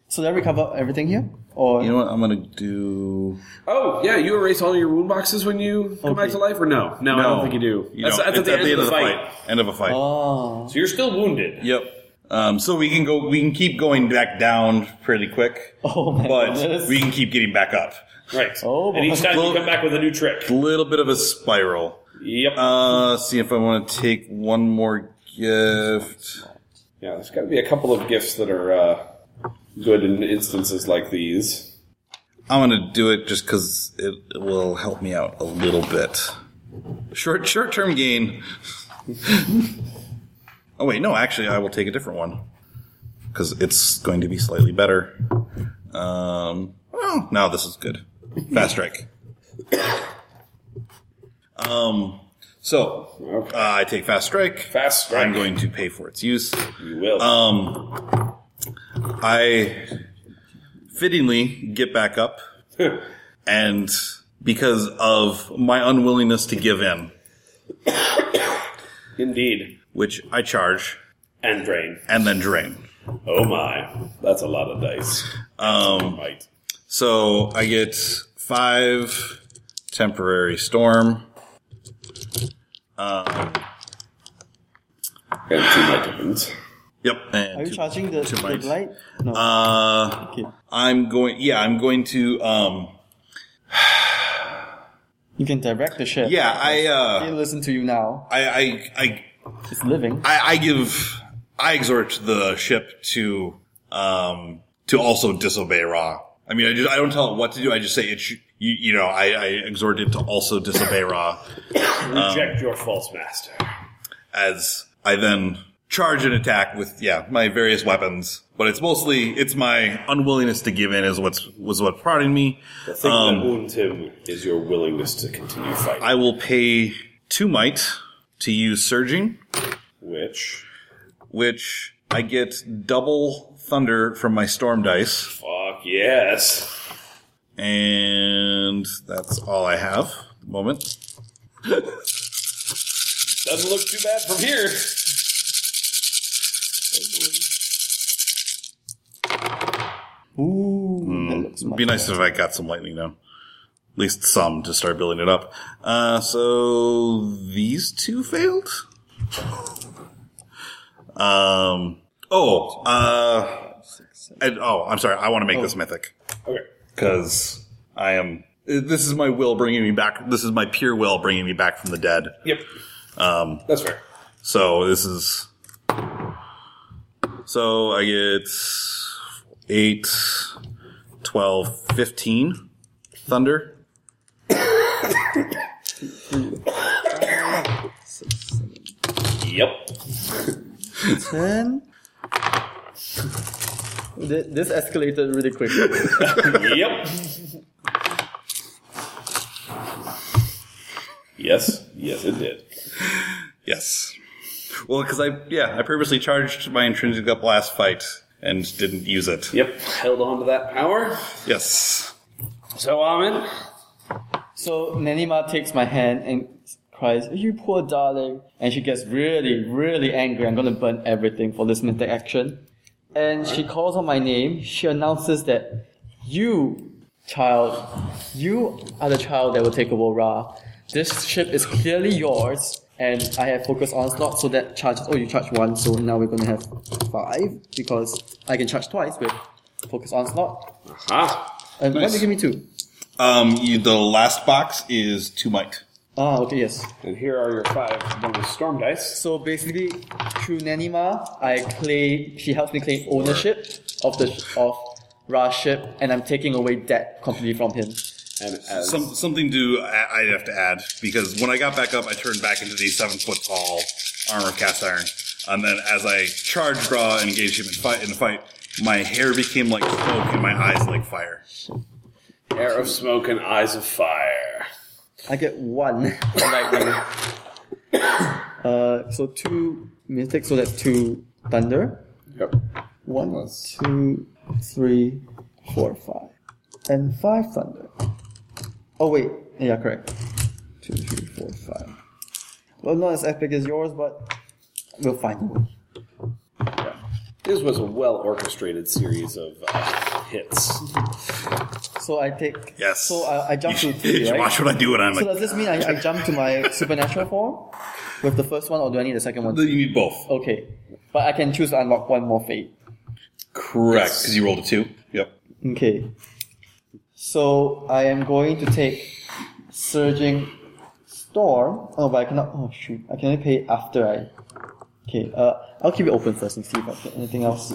[SPEAKER 4] So did I recover everything here? Or
[SPEAKER 5] You know what? I'm gonna do.
[SPEAKER 3] Oh, yeah, you erase all your wound boxes when you come back
[SPEAKER 4] Okay.
[SPEAKER 3] to life, or no? No, I don't think you do. that's
[SPEAKER 5] don't.
[SPEAKER 3] that's at
[SPEAKER 5] It's
[SPEAKER 3] the end of the fight.
[SPEAKER 5] End of a fight.
[SPEAKER 4] oh,
[SPEAKER 3] So you're still wounded.
[SPEAKER 5] Yep. Um, so we can go. We can keep going back down pretty quick,
[SPEAKER 4] oh my
[SPEAKER 3] <laughs>
[SPEAKER 5] but
[SPEAKER 4] goodness.
[SPEAKER 5] we can keep getting back up.
[SPEAKER 3] Right.
[SPEAKER 4] Oh,
[SPEAKER 3] and each
[SPEAKER 4] boy.
[SPEAKER 3] time you
[SPEAKER 5] Well-
[SPEAKER 3] come back with a new trick.
[SPEAKER 5] Little bit of a spiral.
[SPEAKER 3] Yep.
[SPEAKER 5] Uh, see if I want to take one more gift.
[SPEAKER 3] Yeah, there's got to be a couple of gifts that are uh, good in instances like these.
[SPEAKER 5] I'm gonna do it just because it will help me out a little bit. Short short term gain. <laughs> oh wait, no, actually, I will take a different one because it's going to be slightly better. Um, oh, now this is good. Fast strike. um, so
[SPEAKER 3] Okay.
[SPEAKER 5] uh, I take fast strike.
[SPEAKER 3] Fast strike.
[SPEAKER 5] I'm going to pay for its use.
[SPEAKER 3] You will.
[SPEAKER 5] Um, I fittingly get back up, and because of my unwillingness to give in,
[SPEAKER 3] Indeed.
[SPEAKER 5] which I charge
[SPEAKER 3] And drain.
[SPEAKER 5] and then drain.
[SPEAKER 3] Oh my. That's a lot of dice.
[SPEAKER 5] Um,
[SPEAKER 3] Might.
[SPEAKER 5] so I get five temporary storm.
[SPEAKER 3] And two might happens.
[SPEAKER 5] Yep. And
[SPEAKER 4] Are you
[SPEAKER 5] two-
[SPEAKER 4] charging the,
[SPEAKER 5] two
[SPEAKER 4] the
[SPEAKER 5] mites.
[SPEAKER 4] light? No.
[SPEAKER 5] Uh,
[SPEAKER 4] okay.
[SPEAKER 5] I'm going. Yeah, I'm going to. Um,
[SPEAKER 4] You can direct the ship.
[SPEAKER 5] yeah, I,
[SPEAKER 4] He
[SPEAKER 5] uh,
[SPEAKER 4] listen to you now.
[SPEAKER 5] I, I, I
[SPEAKER 4] He's living.
[SPEAKER 5] I, I give, I exhort the ship to, um, to also disobey Ra. I mean, I just, I don't tell it what to do. I just say it. Sh- you, you know, I, I exhort it to also disobey Ra.
[SPEAKER 3] Reject your false master.
[SPEAKER 5] As I then charge and attack with, yeah, my various weapons. But it's mostly, it's my unwillingness to give in is what's was what prodding me. Um,
[SPEAKER 3] The thing that wounds him is your willingness to continue fighting.
[SPEAKER 5] I will pay two might to use surging,
[SPEAKER 3] which.
[SPEAKER 5] which I get double thunder from my storm dice.
[SPEAKER 3] Fuck yes.
[SPEAKER 5] And that's all I have at the moment.
[SPEAKER 3] Doesn't look too bad from here.
[SPEAKER 4] Ooh, that looks
[SPEAKER 5] It'd
[SPEAKER 4] much
[SPEAKER 5] be nice if I got some lightning down. At least some to start building it up. Uh, so these two failed? um, oh, uh, and- oh, I'm sorry. I want to make this mythic.
[SPEAKER 3] Okay.
[SPEAKER 5] Because I am. This is my will bringing me back. This is my pure will bringing me back from the dead.
[SPEAKER 3] Yep. Um, That's fair.
[SPEAKER 5] So this is. So I get 8, 12, 15 thunder.
[SPEAKER 3] Yep.
[SPEAKER 4] Ten. <laughs> Th- This escalated really quickly.
[SPEAKER 3] Yep. yes. Yes, it did.
[SPEAKER 5] Yes. Well, because I, yeah, I purposely charged my intrinsic up last fight and didn't use it.
[SPEAKER 3] Yep. Held on to that power.
[SPEAKER 5] Yes.
[SPEAKER 3] So, Amin.
[SPEAKER 4] so Nanima takes my hand and cries, "You poor darling!" And she gets really, really angry. I'm gonna burn everything for this mythic action. And she calls on my name. She announces that you, child, you are the child that will take over Ra. This ship is clearly yours, and I have focus onslaught, so that charges. Oh, you charge one, so now we're gonna have five because I can charge twice with focus onslaught.
[SPEAKER 3] Ah.
[SPEAKER 4] And what
[SPEAKER 5] Nice.
[SPEAKER 4] do you give me two?
[SPEAKER 5] Um, you, the last box is 2 might.
[SPEAKER 4] Ah, okay, yes.
[SPEAKER 3] And here are your five bonus storm dice.
[SPEAKER 4] So basically, through Nanima, I claim she helps me claim ownership of the of Ra's ship, and I'm taking away that completely from him.
[SPEAKER 3] And as
[SPEAKER 5] Some, something to I- I'd have to add because when I got back up, I turned back into the seven foot tall armor cast iron, and then as I charged Bra and engaged him in fight in the fight, my hair became like smoke and my eyes like fire.
[SPEAKER 3] air of smoke and eyes of fire.
[SPEAKER 4] I get one lightning. uh, so two mythic, so that's two thunder.
[SPEAKER 3] Yep.
[SPEAKER 4] One, two, three, four, five, and five thunder. Oh wait, yeah, correct. Two, three, four, five. Well, not as epic as yours, but we'll find a way.
[SPEAKER 3] This was a well orchestrated series of uh, hits.
[SPEAKER 4] So I take.
[SPEAKER 5] Yes.
[SPEAKER 4] So uh, I, I jump
[SPEAKER 3] <laughs>
[SPEAKER 4] to
[SPEAKER 5] you should,
[SPEAKER 4] three,
[SPEAKER 5] you should
[SPEAKER 4] right?
[SPEAKER 5] watch what I do when I'm
[SPEAKER 4] So
[SPEAKER 5] like.
[SPEAKER 4] does this mean I, I jump to my supernatural form with the first one, or do I need the second one?
[SPEAKER 5] You need both.
[SPEAKER 4] Okay, but I can choose to unlock one more fate.
[SPEAKER 5] Correct, because you rolled a two. Yep.
[SPEAKER 4] Okay. So I am going to take surging storm. Oh, but I cannot. Oh shoot! I can only pay after I Okay, uh, I'll keep it open first and see if I get anything else.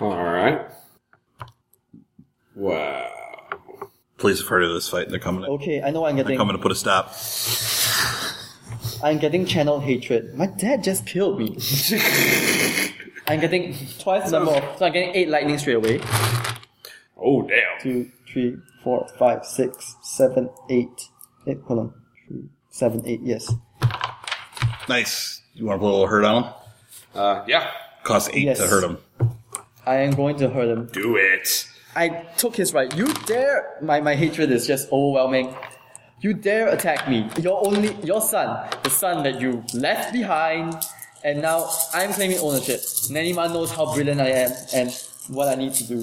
[SPEAKER 3] All right. Wow.
[SPEAKER 5] Police have heard of this fight. They're coming. To,
[SPEAKER 4] Okay, I know what I'm
[SPEAKER 5] They're
[SPEAKER 4] getting.
[SPEAKER 5] coming to put a stop.
[SPEAKER 4] I'm getting channel hatred. My dad just killed
[SPEAKER 5] <laughs>
[SPEAKER 4] me. I'm getting twice the number of. So I'm getting eight lightning straight away.
[SPEAKER 3] Oh damn.
[SPEAKER 4] Two, three, four, five, six, seven, eight. Eight, hold on. Three, seven, eight, yes.
[SPEAKER 5] Nice. You want to put a little hurt on him?
[SPEAKER 3] Uh, yeah.
[SPEAKER 5] Costs eight
[SPEAKER 4] Yes.
[SPEAKER 5] to hurt him.
[SPEAKER 4] I am going to hurt him.
[SPEAKER 3] Do it.
[SPEAKER 4] I took his right. You dare my, my hatred is just overwhelming. You dare attack me. Your only your son, the son that you left behind, and now I'm claiming ownership. Nanima knows how brilliant I am and what I need to do.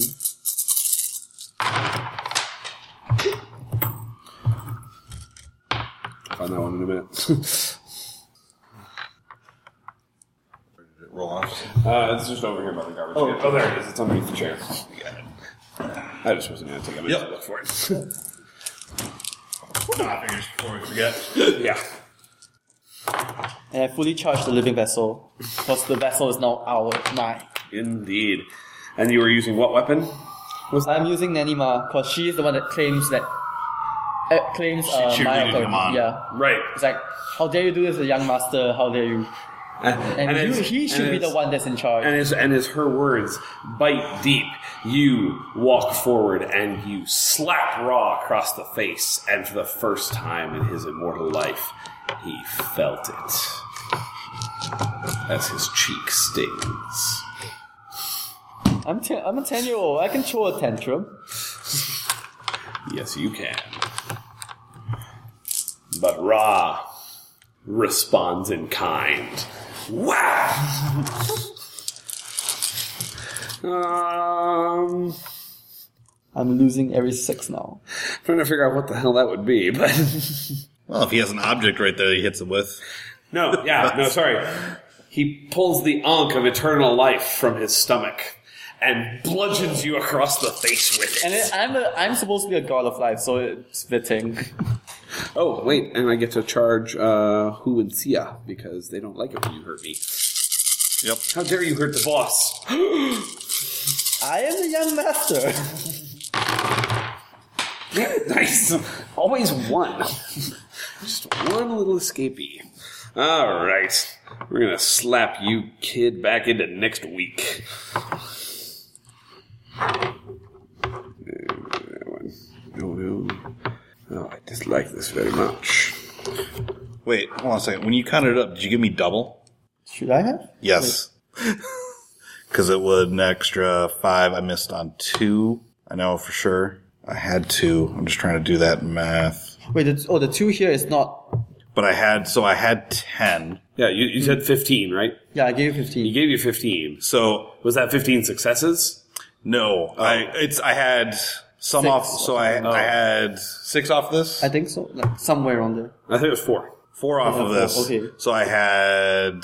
[SPEAKER 3] Find that one in a minute. <laughs>
[SPEAKER 5] Roll off.
[SPEAKER 3] uh, it's just over here by the garbage. Oh, oh there it is. It's underneath the chair. I just wasn't gonna take a minute
[SPEAKER 5] Yep.
[SPEAKER 3] to look for <laughs> it.
[SPEAKER 5] Ah, fingers before we forget.
[SPEAKER 3] yeah.
[SPEAKER 4] And I fully charged the living vessel. Because the vessel is now our mine.
[SPEAKER 3] Indeed. And you were using what weapon?
[SPEAKER 4] I'm using Nanima because she is the one that claims that uh, claims uh,
[SPEAKER 5] cheerleaded
[SPEAKER 4] my
[SPEAKER 5] him
[SPEAKER 4] authority.
[SPEAKER 5] on.
[SPEAKER 4] Yeah.
[SPEAKER 3] Right.
[SPEAKER 4] It's like, how dare you do this, to the young master? How dare you? And, you,
[SPEAKER 3] it's-
[SPEAKER 4] he should
[SPEAKER 3] and
[SPEAKER 4] be the
[SPEAKER 3] it's-
[SPEAKER 4] one that's in charge.
[SPEAKER 3] And as and as her words bite deep, you walk forward and you slap Raw across the face, and for the first time in his immortal life, he felt it as his cheek stings.
[SPEAKER 4] I'm, ten, I'm a 10 year old. I can throw a tantrum.
[SPEAKER 3] Yes, you can. But Ra responds in kind. Wow. um.
[SPEAKER 4] I'm losing every six now.
[SPEAKER 3] trying to figure out what the hell that would be, but <laughs>
[SPEAKER 5] Well, if he has an object right there, he hits him with.
[SPEAKER 3] no, yeah, no, sorry. He pulls the ankh of eternal life from his stomach and bludgeons you across the face with it.
[SPEAKER 4] And then I'm, a, I'm supposed to be a god of life, so it's fitting.
[SPEAKER 3] oh, wait, and I get to charge uh, Hu and Sia because they don't like it when you hurt me.
[SPEAKER 5] Yep.
[SPEAKER 3] How dare you hurt the boss? <gasps>
[SPEAKER 4] I am the young master. <laughs>
[SPEAKER 3] nice. Always one. <laughs> Just one little escapee. All right. We're going to slap you, kid, back into next week. That one. No, no. Oh, I dislike this very much.
[SPEAKER 5] Wait, hold on a second. When you counted it up, did you give me double?
[SPEAKER 4] Should I have?
[SPEAKER 5] Yes. <laughs> Because it would an extra five. I missed on two. I know for sure. I had two. I'm just trying to do that math.
[SPEAKER 4] Wait, the, oh, the two here is not.
[SPEAKER 5] But I had, so I had 10.
[SPEAKER 3] Yeah, you, you said 15, right?
[SPEAKER 4] Yeah, I gave you
[SPEAKER 3] He
[SPEAKER 4] 15.
[SPEAKER 3] gave you 15.
[SPEAKER 5] So
[SPEAKER 3] Was that 15 successes?
[SPEAKER 5] No, I it's I had some off, so I I had six off this,
[SPEAKER 4] I think so. Like, somewhere around there.
[SPEAKER 3] I think it was four.
[SPEAKER 5] four off of this.
[SPEAKER 4] okay.
[SPEAKER 5] So I had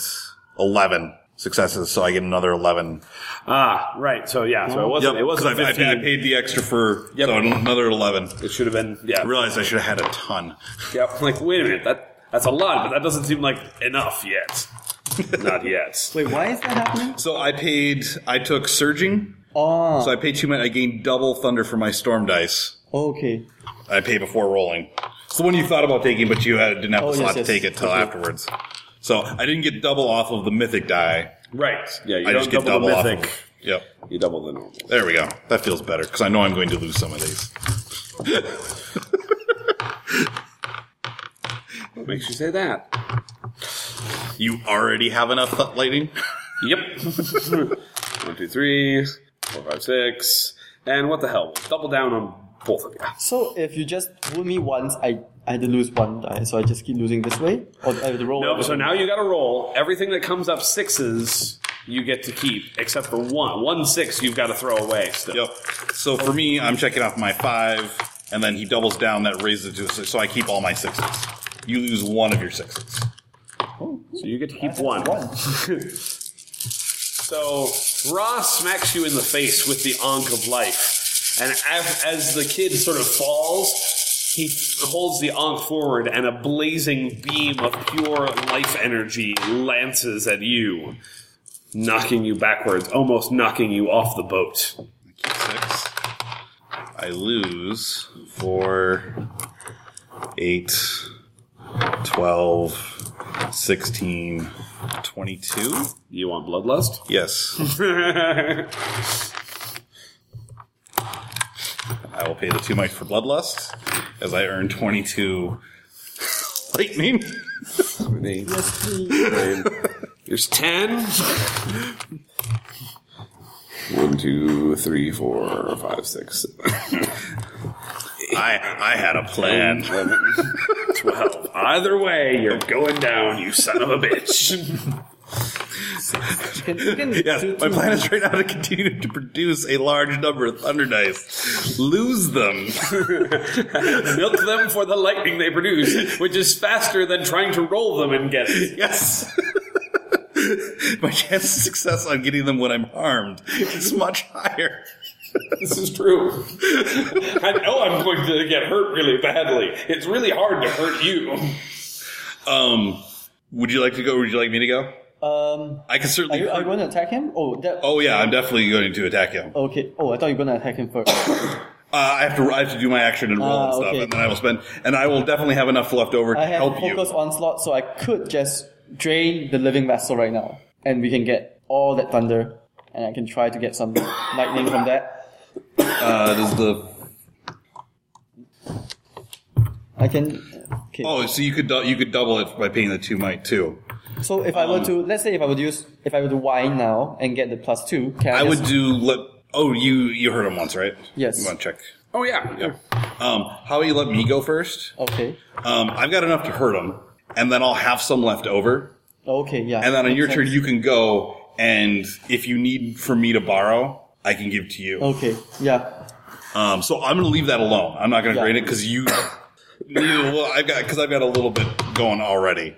[SPEAKER 5] eleven successes, so I get another eleven.
[SPEAKER 3] Ah, right. So, yeah, so it wasn't, it wasn't
[SPEAKER 5] 'cause I,
[SPEAKER 3] 15.
[SPEAKER 5] I, I paid the extra for so another eleven.
[SPEAKER 3] it should have been, yeah.
[SPEAKER 5] I realized I should have had a ton.
[SPEAKER 3] Yeah, I'm like, wait a minute, that that's a lot, but that doesn't seem like enough yet. <laughs> Not yet.
[SPEAKER 4] Wait, why is that happening?
[SPEAKER 5] So I paid. I took surging.
[SPEAKER 4] Oh,
[SPEAKER 5] So I paid two. min- I gained double thunder for my storm dice.
[SPEAKER 4] okay.
[SPEAKER 5] I paid before rolling. It's the one you thought about taking, but you had, didn't have
[SPEAKER 4] Oh,
[SPEAKER 5] the
[SPEAKER 4] yes,
[SPEAKER 5] slot
[SPEAKER 4] yes.
[SPEAKER 5] to take it till
[SPEAKER 4] Okay.
[SPEAKER 5] afterwards. So I didn't get double off of the mythic die.
[SPEAKER 3] Right. Yeah, you
[SPEAKER 5] I
[SPEAKER 3] don't
[SPEAKER 5] just get
[SPEAKER 3] double,
[SPEAKER 5] double,
[SPEAKER 3] the
[SPEAKER 5] off.
[SPEAKER 3] mythic.
[SPEAKER 5] Of, yep.
[SPEAKER 3] You double the normal.
[SPEAKER 5] There we go. That feels better because I know I'm going to lose some of these.
[SPEAKER 3] What makes you say that?
[SPEAKER 5] You already have enough th- <laughs> lighting.
[SPEAKER 3] Yep. <laughs> One, two, three, four, five, six. And what the hell? Double down on both of you.
[SPEAKER 4] So if you just wound me once, I, I had to lose one die, so I just keep losing this way? Or I have to roll?
[SPEAKER 3] Nope, so now you gotta roll. Everything that comes up sixes, you get to keep, except for one. One six you've gotta throw away still.
[SPEAKER 5] Yep. So for me, I'm checking off my five, and then he doubles down. That raises it to a six. So I keep all my sixes. You lose one of your sixes.
[SPEAKER 3] So you get to keep one. So Ra smacks you in the face with the Ankh of Life, and as, as the kid sort of falls, He holds the Ankh forward, and a blazing beam of pure life energy lances at you, knocking you backwards, almost knocking you off the boat.
[SPEAKER 5] Six. I lose for eight, 12, 16, 22.
[SPEAKER 3] You want bloodlust? <laughs>
[SPEAKER 5] Yes. I will pay the two mites for bloodlust as I earn 22 lightning.
[SPEAKER 3] There's ten. One, two, three, four, five, six,
[SPEAKER 5] I, I had a plan.
[SPEAKER 3] twelve. Either way, you're going down, you son of a bitch.
[SPEAKER 5] <laughs>
[SPEAKER 4] Can, you can
[SPEAKER 5] Yes,
[SPEAKER 4] do
[SPEAKER 5] my
[SPEAKER 4] two-
[SPEAKER 5] plan is right now to continue to produce a large number of thunder dice, lose them,
[SPEAKER 3] Milk them for the lightning they produce, which is faster than trying to roll them and get it.
[SPEAKER 5] Yes. <laughs> My chance of success on getting them when I'm harmed is much higher.
[SPEAKER 3] This is true. I know I'm going to get hurt really badly. It's really hard to hurt you.
[SPEAKER 5] Um, would you like to go? Or would you like me to go?
[SPEAKER 4] Um,
[SPEAKER 5] I can
[SPEAKER 4] are
[SPEAKER 5] certainly.
[SPEAKER 4] you, are you going to attack him? Oh, that.
[SPEAKER 5] oh yeah, I'm definitely going to attack him. Uh,
[SPEAKER 4] Okay. Oh, I thought you were going to attack him first.
[SPEAKER 5] I have to. I have to do my action and roll
[SPEAKER 4] Ah,
[SPEAKER 5] and stuff,
[SPEAKER 4] okay.
[SPEAKER 5] and then I will spend. And I will definitely have enough left over to
[SPEAKER 4] I have
[SPEAKER 5] help
[SPEAKER 4] focus
[SPEAKER 5] you.
[SPEAKER 4] onslaught, so I could just drain the living vessel right now, and we can get all that thunder, and I can try to get some <coughs> lightning from that.
[SPEAKER 5] Uh, does the
[SPEAKER 4] I can. Okay.
[SPEAKER 5] oh, so you could dou- you could double it by paying the two might too.
[SPEAKER 4] so if I were to, let's say, if I would use, if I were to wind now and get the plus two, can I,
[SPEAKER 5] I would
[SPEAKER 4] just-
[SPEAKER 5] do. Let, oh, you you heard him once, right?
[SPEAKER 4] Yes.
[SPEAKER 5] You want to check?
[SPEAKER 3] Oh yeah. yeah.
[SPEAKER 5] Um, how you let me go first?
[SPEAKER 4] Okay.
[SPEAKER 5] Um, I've got enough to hurt him, and then I'll have some left over.
[SPEAKER 4] Okay. Yeah.
[SPEAKER 5] And then on
[SPEAKER 4] Makes
[SPEAKER 5] your
[SPEAKER 4] sense.
[SPEAKER 5] turn, you can go, and if you need for me to borrow, I can give to you.
[SPEAKER 4] Okay. Yeah.
[SPEAKER 5] Um, so I'm going to leave that alone. I'm not going to
[SPEAKER 4] Oh. Yeah.
[SPEAKER 5] grade it because you. neither will- I've got because I've got a little bit going already.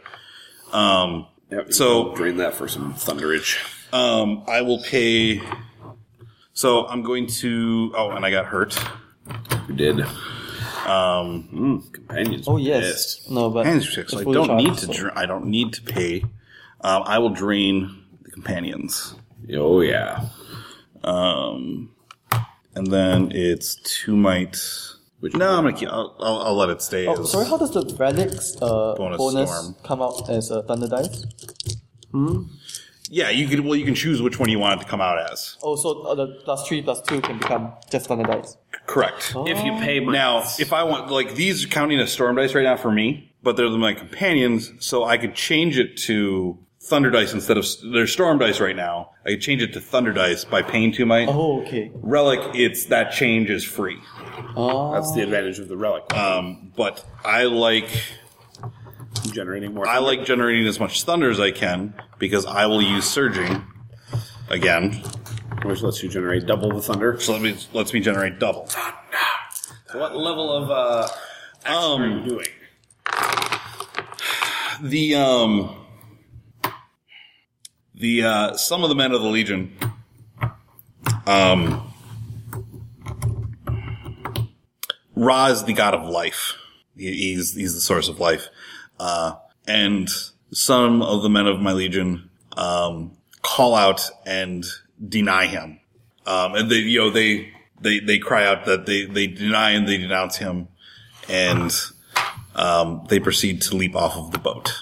[SPEAKER 5] Um, So-
[SPEAKER 3] drain that for some thunderage.
[SPEAKER 5] um, I will pay. So I'm going to. Oh, and I got hurt.
[SPEAKER 3] You did.
[SPEAKER 5] Um,
[SPEAKER 3] Mm, companions.
[SPEAKER 4] Oh
[SPEAKER 3] were
[SPEAKER 4] yes.
[SPEAKER 3] pissed.
[SPEAKER 4] No, but
[SPEAKER 5] and so I
[SPEAKER 4] it's fully
[SPEAKER 5] don't
[SPEAKER 4] charged,
[SPEAKER 5] need to.
[SPEAKER 4] so-
[SPEAKER 5] Dr- I don't need to pay. Um, I will drain the companions.
[SPEAKER 3] Oh yeah.
[SPEAKER 5] Um, and then it's two might.
[SPEAKER 3] Which
[SPEAKER 5] no, I'm gonna keep. I'll, I'll, I'll let it stay.
[SPEAKER 4] Oh,
[SPEAKER 5] as-
[SPEAKER 4] sorry. How does the relics uh,
[SPEAKER 5] Bonus
[SPEAKER 4] bonus,
[SPEAKER 5] storm.
[SPEAKER 4] come out as a thunder dice?
[SPEAKER 5] Yeah, you can. Well, you can choose which one you want it to come out as.
[SPEAKER 4] Oh, so uh, the plus three plus two can become just thunder dice.
[SPEAKER 5] Correct.
[SPEAKER 3] If you pay my
[SPEAKER 5] Now, if I want, like, these are counting as storm dice right now for me, but they're my companions, so I could change it to thunder dice instead of they're storm dice right now. I could change it to thunder dice by paying two might.
[SPEAKER 4] Oh, okay.
[SPEAKER 5] Relic, it's that change is free.
[SPEAKER 3] that's the advantage of the relic,
[SPEAKER 5] Um, but I like
[SPEAKER 3] generating more.
[SPEAKER 5] I like generating as much thunder as I can because I will use surging again.
[SPEAKER 3] which lets you generate double the thunder.
[SPEAKER 5] So let me lets me generate double.
[SPEAKER 3] What level of uh, action
[SPEAKER 5] Um,
[SPEAKER 3] are you doing?
[SPEAKER 5] The um the uh some of the men of the legion um Ra is the god of life. He- He's he's the source of life. Uh and some of the men of my legion um call out and deny him. Um and they you know they they they cry out that they they deny and they denounce him and um, they proceed to leap off of the boat,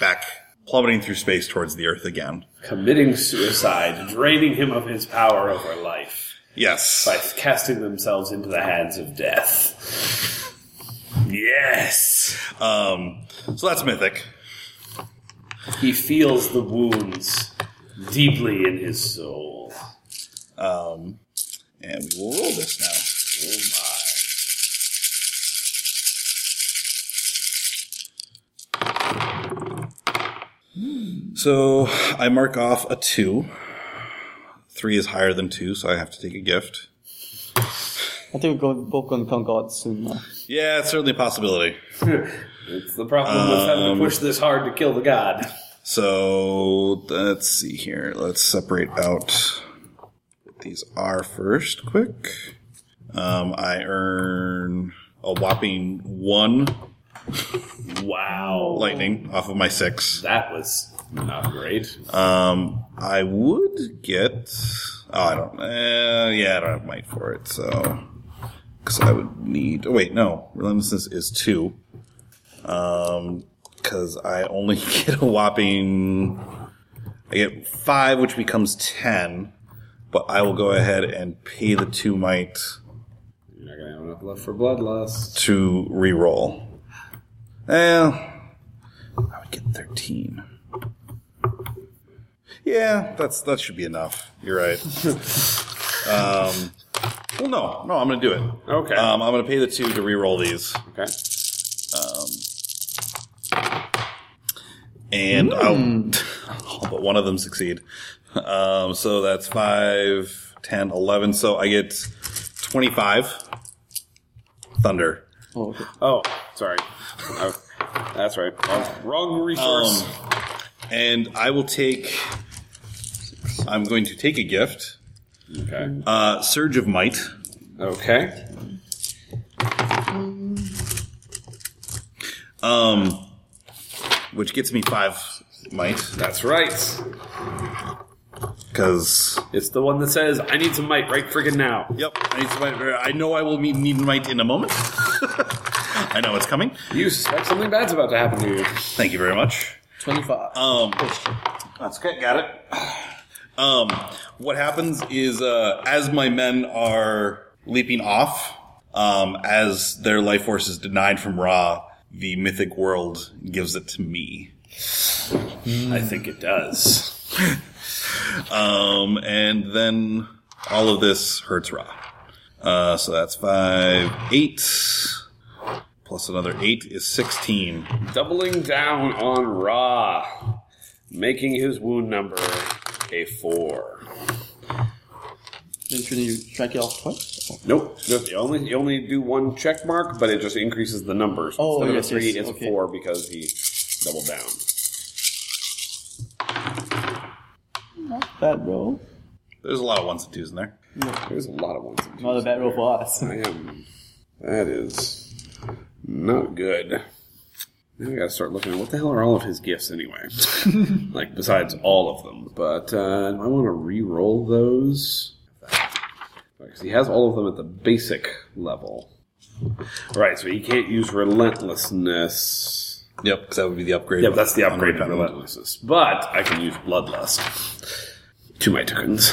[SPEAKER 5] back plummeting through space towards the Earth again.
[SPEAKER 3] Committing suicide, draining him of his power over life
[SPEAKER 5] Yes.
[SPEAKER 3] by casting themselves into the hands of death. Yes,
[SPEAKER 5] Um, so that's mythic.
[SPEAKER 3] he feels the wounds deeply in his soul.
[SPEAKER 5] Um, and we will roll this now.
[SPEAKER 3] Oh my!
[SPEAKER 5] Oh So I mark off a two. Three is higher than two, so I have to take a gift.
[SPEAKER 4] I think we're going, both going to become gods soon. now.
[SPEAKER 5] Yeah, it's certainly a possibility.
[SPEAKER 3] It's the problem with having to push this hard to kill the god.
[SPEAKER 5] So let's see here. Let's separate out what these are first, quick. Um, I earn a whopping one
[SPEAKER 3] Wow.
[SPEAKER 5] lightning off of my six.
[SPEAKER 3] That was not great.
[SPEAKER 5] Um, I would get. Oh, I don't. Uh, yeah, I don't have might for it, so because I would need. Oh wait, no, relentlessness is two. Um, because I only <laughs> get a whopping. I get five, which becomes ten. But I will go ahead and pay the two might
[SPEAKER 3] You're not going to have enough left for bloodlust.
[SPEAKER 5] to re-roll. Well, I would get thirteen. Yeah, that's that should be enough.
[SPEAKER 3] <laughs>
[SPEAKER 5] You're right. um, well, no, no, I'm gonna do it.
[SPEAKER 3] Okay.
[SPEAKER 5] Um, I'm gonna pay the two to re-roll these, Um,
[SPEAKER 3] okay.
[SPEAKER 5] and
[SPEAKER 3] Hmm.
[SPEAKER 5] <laughs> I'll all but one of them succeed. Um, so that's five, ten, eleven. So I get twenty-five. Thunder.
[SPEAKER 4] Oh, okay.
[SPEAKER 3] Oh, sorry. <laughs> Oh, that's right. Wrong- Wrong resource.
[SPEAKER 5] Um, and I will take. I'm going to take a gift.
[SPEAKER 3] okay.
[SPEAKER 5] Uh, Surge of Might.
[SPEAKER 3] okay.
[SPEAKER 5] Um, which gets me five might
[SPEAKER 3] That's right.
[SPEAKER 5] because
[SPEAKER 3] It's the one that says, I need some might right friggin' now.
[SPEAKER 5] yep, I, need some might. I know I will meet, need might in a moment. <laughs> I know it's coming.
[SPEAKER 3] You suspect something bad's about to happen to you.
[SPEAKER 5] Thank you very much.
[SPEAKER 4] 25.
[SPEAKER 5] Um, that's good. Got it. Um, what happens is, uh, as my men are leaping off, um, as their life force is denied from Ra, the mythic world gives it to me. Hmm.
[SPEAKER 3] I think it does.
[SPEAKER 5] Um, and then all of this hurts Ra. Uh, so that's five, eight, plus another eight is 16.
[SPEAKER 3] Doubling down on Ra, making his wound number a four.
[SPEAKER 4] Then shouldn't you strike it off twice?
[SPEAKER 3] Nope. Just- you only you only do one check mark, but it just increases the numbers.
[SPEAKER 4] Oh,
[SPEAKER 3] Instead
[SPEAKER 4] yes,
[SPEAKER 3] of a three,
[SPEAKER 4] yes,
[SPEAKER 3] it's
[SPEAKER 4] okay.
[SPEAKER 3] a four because he doubled down.
[SPEAKER 4] Bad roll.
[SPEAKER 5] There's a lot of ones and twos in there.
[SPEAKER 3] There's a lot of ones. in
[SPEAKER 4] Not a bad roll for us.
[SPEAKER 3] I am. That is not good. Now I gotta start looking at what the hell are all of his gifts anyway. like besides all of them, but uh, do I want to re-roll those because he has all of them at the basic level. All right, so he can't use relentlessness.
[SPEAKER 5] Yep, because that would be the upgrade.
[SPEAKER 3] Yeah, that's the upgrade to
[SPEAKER 5] Unrepentant.
[SPEAKER 3] relentlessness. But I can use bloodlust to my tokens.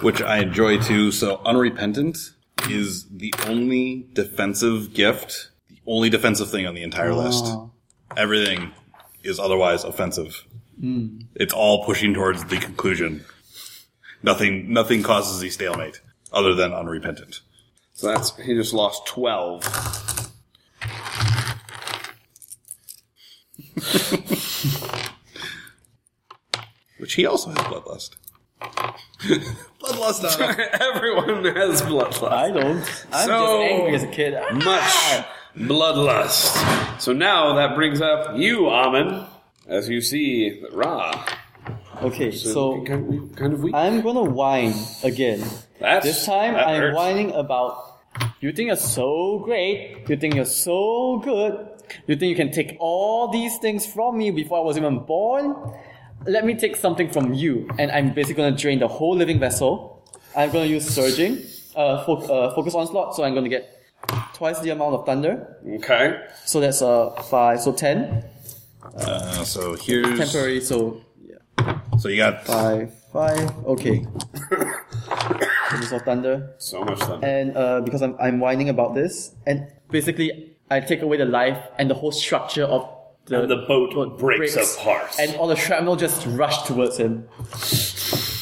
[SPEAKER 5] which I enjoy too. So unrepentant is the only defensive gift, the only defensive thing on the entire list. Everything is otherwise offensive. It's all pushing towards the conclusion. Nothing, nothing causes the stalemate other than unrepentant.
[SPEAKER 3] So that's he just lost twelve. <laughs>
[SPEAKER 5] Which he also has bloodlust. <laughs> bloodlust on him.
[SPEAKER 3] Everyone has bloodlust.
[SPEAKER 4] I don't. I'm
[SPEAKER 3] So-
[SPEAKER 4] just angry as a kid. Ah!
[SPEAKER 3] much bloodlust. So now that brings up you, Amen, as you see that Ra.
[SPEAKER 4] Okay, so
[SPEAKER 3] kind of, kind of weak.
[SPEAKER 4] I'm gonna whine again.
[SPEAKER 3] That's,
[SPEAKER 4] This time
[SPEAKER 3] that
[SPEAKER 4] I'm
[SPEAKER 3] hurts.
[SPEAKER 4] whining about you think you're so great, you think you're so good, you think you can take all these things from me before I was even born. Let me take something from you, and I'm basically gonna drain the whole living vessel. I'm gonna use surging, uh, fo- uh focus onslaught, so I'm gonna get twice the amount of thunder.
[SPEAKER 3] Okay.
[SPEAKER 4] So that's uh five, so ten
[SPEAKER 5] Uh, so here's
[SPEAKER 4] temporary. So
[SPEAKER 5] So you got
[SPEAKER 4] five, five. Okay. focus of thunder.
[SPEAKER 3] So much then.
[SPEAKER 4] and uh, because I'm, I'm whining about this, and basically I take away the life and the whole structure of the,
[SPEAKER 3] And the boat breaks apart.
[SPEAKER 4] and all the shrapnel just rush towards him.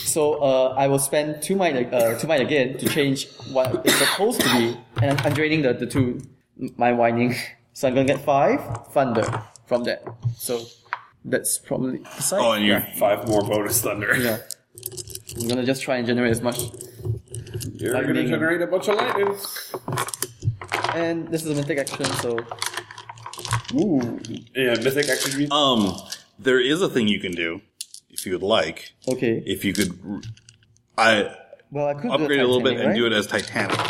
[SPEAKER 4] So uh, I will spend two might uh, two might again to change what it's supposed to be, and I'm, I'm draining the, the two my whining. <laughs> So I'm gonna get five thunder from that. So that's probably besides,
[SPEAKER 5] oh, and you
[SPEAKER 3] Five more bonus thunder.
[SPEAKER 4] yeah. I'm gonna just try and generate as much
[SPEAKER 3] You're going to
[SPEAKER 4] Lightning.
[SPEAKER 3] generate a bunch of lightning.
[SPEAKER 4] and this is a mythic action, so
[SPEAKER 3] Ooh. <laughs> Yeah, mythic action. means-
[SPEAKER 5] um, there is a thing you can do if you would like.
[SPEAKER 4] okay.
[SPEAKER 5] If you could, I
[SPEAKER 4] Well I could do
[SPEAKER 5] <laughs> upgrade it a little bit
[SPEAKER 4] Titanic,
[SPEAKER 5] and
[SPEAKER 4] right?
[SPEAKER 5] do it as Titanic.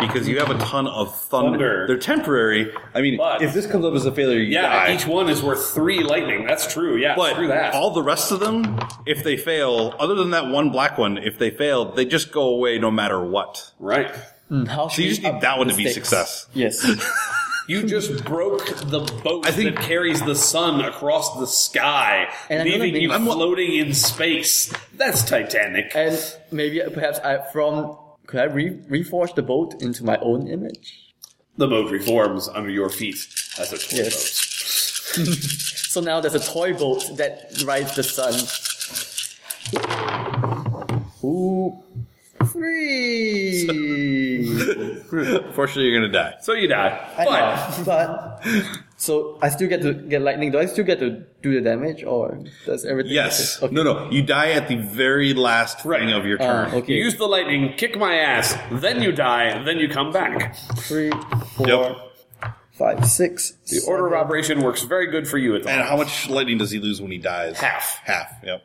[SPEAKER 5] because you have a ton of thunder.
[SPEAKER 3] Thunder.
[SPEAKER 5] They're temporary. I mean,
[SPEAKER 3] But-
[SPEAKER 5] if this comes up as a failure, you
[SPEAKER 3] Yeah,
[SPEAKER 5] die.
[SPEAKER 3] each one is worth three lightning. That's true. Yeah,
[SPEAKER 5] but
[SPEAKER 3] screw that.
[SPEAKER 5] all the rest of them, if they fail, other than that one black one, if they fail, they just go away no matter what.
[SPEAKER 3] right.
[SPEAKER 4] Hmm, How
[SPEAKER 5] So you just need that one to be success. <laughs>
[SPEAKER 4] Yes.
[SPEAKER 3] <laughs> You just broke the boat
[SPEAKER 5] I think-
[SPEAKER 3] that carries the sun across the sky,
[SPEAKER 4] And another
[SPEAKER 3] leaving
[SPEAKER 4] big-
[SPEAKER 3] you
[SPEAKER 4] I'm wa-
[SPEAKER 3] floating in space. That's Titanic.
[SPEAKER 4] and maybe perhaps I from could I re- reforge the boat into my own image?
[SPEAKER 3] the boat reforms under your feet as a toy
[SPEAKER 4] Yes. So now there's a toy boat that rides the sun. Ooh,
[SPEAKER 5] <laughs>
[SPEAKER 4] three.
[SPEAKER 5] Fortunately, you're gonna die.
[SPEAKER 3] boat. So you die.
[SPEAKER 4] I
[SPEAKER 3] But
[SPEAKER 4] know, <laughs> but so I still get to get lightning. Do I still get to do the damage, or does everything?
[SPEAKER 5] <laughs> Yes.
[SPEAKER 4] Okay.
[SPEAKER 5] No, no. You die at the very last thing of your turn.
[SPEAKER 4] Ah, okay.
[SPEAKER 3] you use the lightning, kick my ass, then you die, then you come back.
[SPEAKER 4] Three, four,
[SPEAKER 5] Yep.
[SPEAKER 4] five, six.
[SPEAKER 3] The order of
[SPEAKER 4] seven.
[SPEAKER 3] operation works very good for you at the
[SPEAKER 5] And
[SPEAKER 3] moment.
[SPEAKER 5] how much lightning does he lose when he dies?
[SPEAKER 3] Half.
[SPEAKER 5] Half. Yep.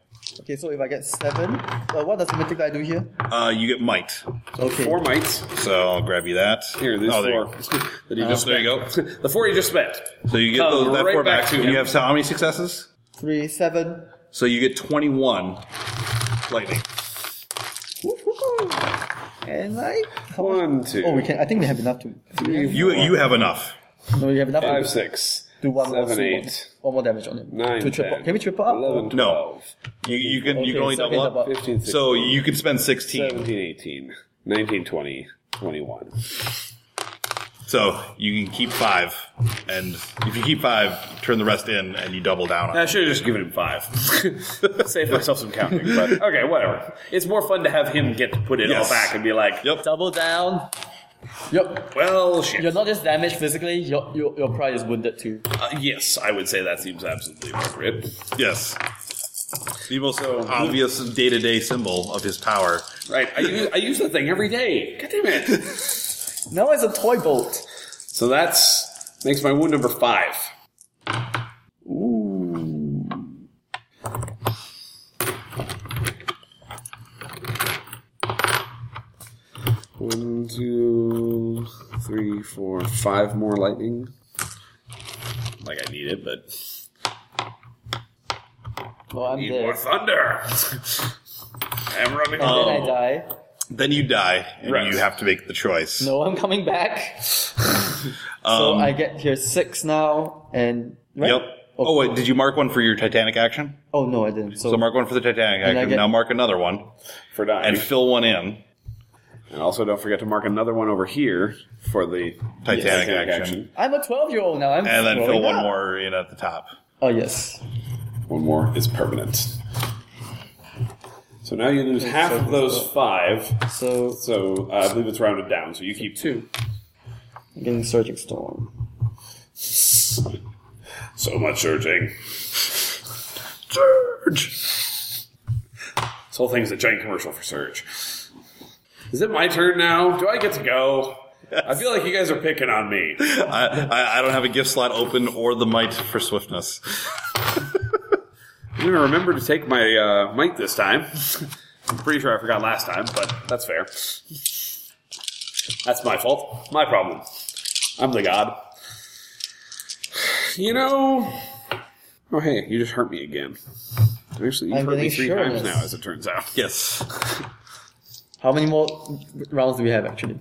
[SPEAKER 4] Okay, so if I get seven, uh, what does Mythic I do here?
[SPEAKER 5] Uh, you get might.
[SPEAKER 4] Okay.
[SPEAKER 3] Four mites.
[SPEAKER 5] So I'll grab you that.
[SPEAKER 3] Here, these
[SPEAKER 5] Oh, there
[SPEAKER 3] four
[SPEAKER 5] you
[SPEAKER 3] that he
[SPEAKER 5] go. <laughs> Oh,
[SPEAKER 3] just
[SPEAKER 5] there you go.
[SPEAKER 3] spent. <laughs> The four he just spent.
[SPEAKER 5] So you get
[SPEAKER 3] Come
[SPEAKER 5] those, that
[SPEAKER 3] right
[SPEAKER 5] four
[SPEAKER 3] back
[SPEAKER 5] back.
[SPEAKER 3] to
[SPEAKER 5] and
[SPEAKER 3] him.
[SPEAKER 5] you have so- how many successes?
[SPEAKER 4] Three, seven.
[SPEAKER 5] So you get 21 lightning.
[SPEAKER 4] Woo-hoo-hoo. And I. how much-
[SPEAKER 3] One, two,
[SPEAKER 4] Oh, we can. I think we have enough to. Three,
[SPEAKER 5] You you have enough.
[SPEAKER 4] no, we have enough
[SPEAKER 3] five,
[SPEAKER 4] to
[SPEAKER 3] six,
[SPEAKER 4] do one more.
[SPEAKER 3] seven,
[SPEAKER 4] three more-
[SPEAKER 3] eight,
[SPEAKER 4] One more damage on him.
[SPEAKER 3] nine,
[SPEAKER 4] to triple.
[SPEAKER 3] 10,
[SPEAKER 4] Can we triple up?
[SPEAKER 3] 11, 12,
[SPEAKER 5] No. You you can
[SPEAKER 4] Okay,
[SPEAKER 5] you can only
[SPEAKER 4] so I can
[SPEAKER 5] double up.
[SPEAKER 4] double up.
[SPEAKER 3] 15, 16,
[SPEAKER 5] So you could spend 16.
[SPEAKER 3] 17, 18, 19, 20, 21.
[SPEAKER 5] So you can keep five, and if you keep five, turn the rest in, and you double down on.
[SPEAKER 3] I
[SPEAKER 5] it.
[SPEAKER 3] should have just given him five. <laughs>
[SPEAKER 5] <laughs>
[SPEAKER 3] Save myself some counting, but okay, whatever. It's more fun to have him get to put it
[SPEAKER 5] Yes.
[SPEAKER 3] all back and be like,
[SPEAKER 5] Yep.
[SPEAKER 4] Double down. Yep.
[SPEAKER 3] well, shit.
[SPEAKER 4] You're not just damaged physically. Your your, your pride is wounded too.
[SPEAKER 3] Uh, yes, I would say that seems absolutely appropriate.
[SPEAKER 5] Yes. The most obvious day to day symbol of his power.
[SPEAKER 3] Right. I use, I use the thing every day. God damn it.
[SPEAKER 4] Now it's a toy boat.
[SPEAKER 3] So that's makes my wound number five. Ooh. One, two, three, four, five more lightning. Like I need it, but
[SPEAKER 4] Oh, I'm
[SPEAKER 3] need
[SPEAKER 4] dead.
[SPEAKER 3] more thunder. I'm running
[SPEAKER 4] And
[SPEAKER 3] low.
[SPEAKER 4] then I die.
[SPEAKER 5] Then you die, and
[SPEAKER 3] Right.
[SPEAKER 5] you have to make the choice.
[SPEAKER 4] No, I'm
[SPEAKER 3] <laughs>
[SPEAKER 4] coming back. so
[SPEAKER 5] Um,
[SPEAKER 4] I get here six now, and right?
[SPEAKER 5] Yep.
[SPEAKER 4] Oh.
[SPEAKER 5] Oh wait, did you mark one for your Titanic action?
[SPEAKER 4] Oh no, I didn't. So,
[SPEAKER 5] So mark one for the Titanic
[SPEAKER 4] And I
[SPEAKER 5] action.
[SPEAKER 4] get-
[SPEAKER 5] now mark another one
[SPEAKER 3] for dying.
[SPEAKER 5] and fill one in.
[SPEAKER 3] And also, don't forget to mark another one over here for the
[SPEAKER 5] Titanic action.
[SPEAKER 4] I'm a twelve-year-old now. I'm
[SPEAKER 5] and then fill
[SPEAKER 4] growing
[SPEAKER 5] one
[SPEAKER 4] up.
[SPEAKER 5] more in at the top.
[SPEAKER 4] Oh yes.
[SPEAKER 3] One more is permanent. So now you lose half of those five.
[SPEAKER 4] So
[SPEAKER 3] So uh, I believe it's rounded down. So you keep two.
[SPEAKER 4] I'm getting surging storm.
[SPEAKER 3] So much surging. Surge. This whole thing's a giant commercial for Surge. Is it my turn now? Do I get to go? I feel like you guys are picking on me.
[SPEAKER 5] I, I, I don't have a gift slot open or the might for swiftness.
[SPEAKER 3] I'm gonna remember to take my uh, mic this time. <laughs> I'm pretty sure I forgot last time, but that's fair. That's my fault. My problem. I'm the god. You know. Oh hey, you just hurt me again. Actually, you've
[SPEAKER 4] I'm
[SPEAKER 3] hurt me
[SPEAKER 4] getting
[SPEAKER 3] three
[SPEAKER 4] sure
[SPEAKER 3] times
[SPEAKER 4] of this.
[SPEAKER 3] now, as it turns out.
[SPEAKER 5] Yes.
[SPEAKER 4] How many more rounds do we have actually?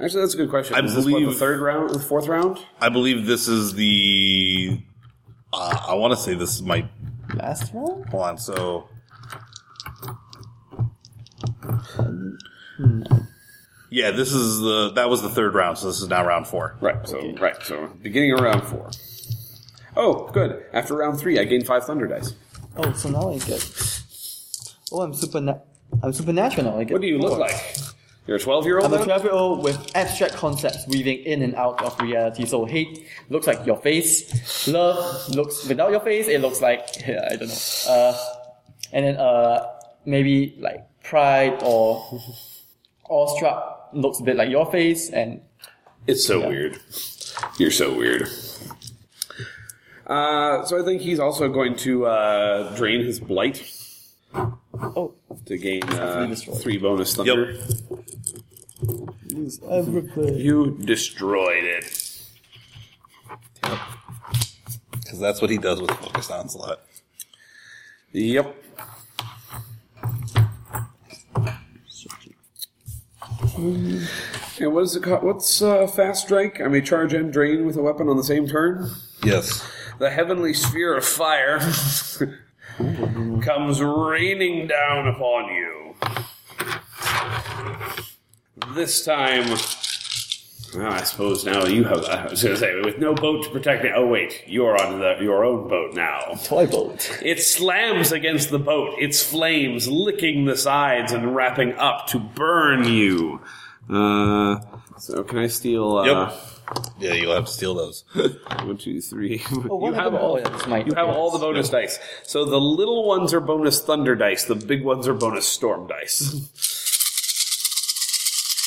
[SPEAKER 3] Actually, that's a good question.
[SPEAKER 5] I
[SPEAKER 3] Is this what,
[SPEAKER 5] believe-
[SPEAKER 3] the third round, the fourth round.
[SPEAKER 5] I believe this is the. Uh, I want to say this is my.
[SPEAKER 4] Last round?
[SPEAKER 5] Hold on, so. Yeah, this is the. That was the third round, so this is now round four.
[SPEAKER 3] Right. So right. So beginning of round four. Oh, good. After round three, I gained five thunder dice.
[SPEAKER 4] Oh, so now I get. Oh, I'm super. Na- I'm supernatural now. I get.
[SPEAKER 3] What do you look like? You're a twelve-year-old.
[SPEAKER 4] I'm a
[SPEAKER 3] now?
[SPEAKER 4] 12 year old with abstract concepts weaving in and out of reality. So hate looks like your face. Love looks without your face. It looks like <laughs> yeah, I don't know. Uh, and then uh, maybe like pride or awestruck looks a bit like your face. And
[SPEAKER 3] It's so weird. You're so weird. Uh, so I think he's also going to uh, drain his blight
[SPEAKER 4] oh,
[SPEAKER 3] to gain uh,
[SPEAKER 4] destroyed.
[SPEAKER 3] three bonus thunder.
[SPEAKER 6] Lose everything.
[SPEAKER 3] You destroyed it.
[SPEAKER 5] Because that's what he does with Focused Onslaught.
[SPEAKER 3] Yep. And what is it called? What's uh, fast strike? I may charge and drain with a weapon on the same turn.
[SPEAKER 5] Yes.
[SPEAKER 3] The heavenly sphere of fire <laughs> comes raining down upon you. This time, well, I suppose now you have. I was going to say, with no boat to protect me. Oh wait, you're on the, your own boat now.
[SPEAKER 4] Toy boat.
[SPEAKER 3] It slams against the boat, its flames licking the sides and wrapping up to burn you. Uh, so can I steal? Uh,
[SPEAKER 5] Yep. Yeah, you'll have to steal those.
[SPEAKER 3] One, two, three. <laughs>
[SPEAKER 4] what
[SPEAKER 3] you have
[SPEAKER 4] happened?
[SPEAKER 3] all.
[SPEAKER 4] Oh, yeah, it's my-
[SPEAKER 3] you have all the bonus dice. So the little ones are bonus thunder dice. The big ones are bonus storm dice. <laughs>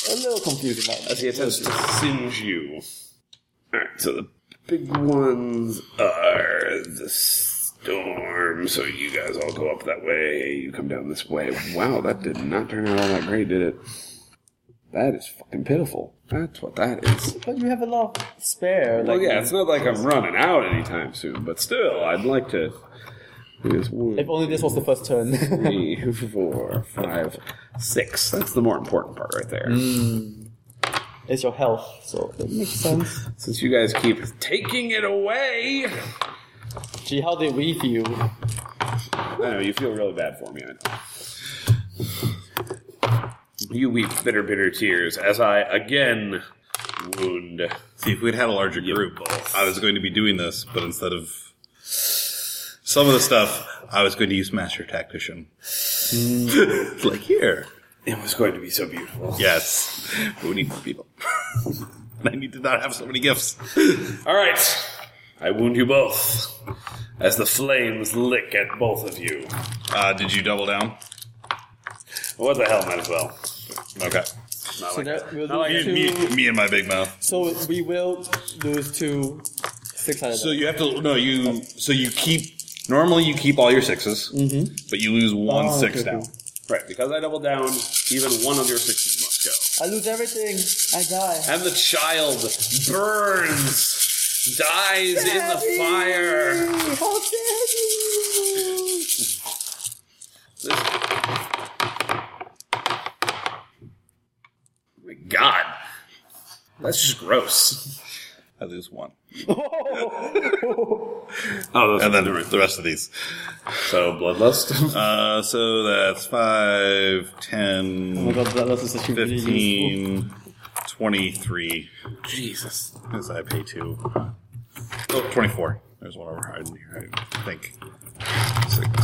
[SPEAKER 4] A little confusing. Right?
[SPEAKER 3] As he attempts to singe you. All right. So the big ones are the storm. So you guys all go up that way. You come down this way. Wow, that did not turn out all that great, did it? That is fucking pitiful. That's what that is.
[SPEAKER 4] But you have a lot of spare.
[SPEAKER 3] Well,
[SPEAKER 4] Like,
[SPEAKER 3] yeah, it's not like I'm running out anytime soon, but still, I'd like to. Here's one,
[SPEAKER 4] If only this was the first turn. <laughs>
[SPEAKER 3] three, four, five, six. That's the more important part right there.
[SPEAKER 4] it's your health, so it makes sense.
[SPEAKER 3] Since you guys keep taking it away,
[SPEAKER 4] Gee, how did we feel?
[SPEAKER 3] I know you feel really bad for me. I know. You weep bitter, bitter tears as I again wound.
[SPEAKER 5] See, if we'd had a larger group, I was going to be doing this, but instead of some of the stuff, I was going to use Master Tactician.
[SPEAKER 4] Mm.
[SPEAKER 5] <laughs> like here.
[SPEAKER 3] It was going to be so beautiful.
[SPEAKER 5] Yes. But we need more people. <laughs> I need to not have so many gifts.
[SPEAKER 3] All right, I wound you both as the flames lick at both of you.
[SPEAKER 5] Uh, did you double down?
[SPEAKER 3] What the hell, might as well.
[SPEAKER 5] Okay.
[SPEAKER 3] Not
[SPEAKER 4] So
[SPEAKER 3] like
[SPEAKER 4] that we'll
[SPEAKER 3] Not
[SPEAKER 4] lose
[SPEAKER 5] Me,
[SPEAKER 4] two.
[SPEAKER 5] me, me and my big mouth.
[SPEAKER 4] So we will lose two. Six hundred.
[SPEAKER 5] So you have to no you. So you keep normally you keep all your 6s but you lose one
[SPEAKER 4] Mm-hmm. Oh,
[SPEAKER 5] six
[SPEAKER 4] okay,
[SPEAKER 5] now.
[SPEAKER 4] cool.
[SPEAKER 3] Right, because I double down, even one of your sixes must
[SPEAKER 4] I lose everything. I die.
[SPEAKER 3] go. And the child burns, dies in the fire.
[SPEAKER 4] How dare you?
[SPEAKER 3] This... Oh my God, that's just gross.
[SPEAKER 5] I lose one,
[SPEAKER 3] Oh,
[SPEAKER 5] and then the the rest of these.
[SPEAKER 3] so bloodlust.
[SPEAKER 5] Uh, so that's five, ten,
[SPEAKER 4] Oh my god, that is actually really useful.
[SPEAKER 5] 15, 23,
[SPEAKER 3] Jesus.
[SPEAKER 5] as I pay two. Oh, 24. There's one over hiding here, I think. Six.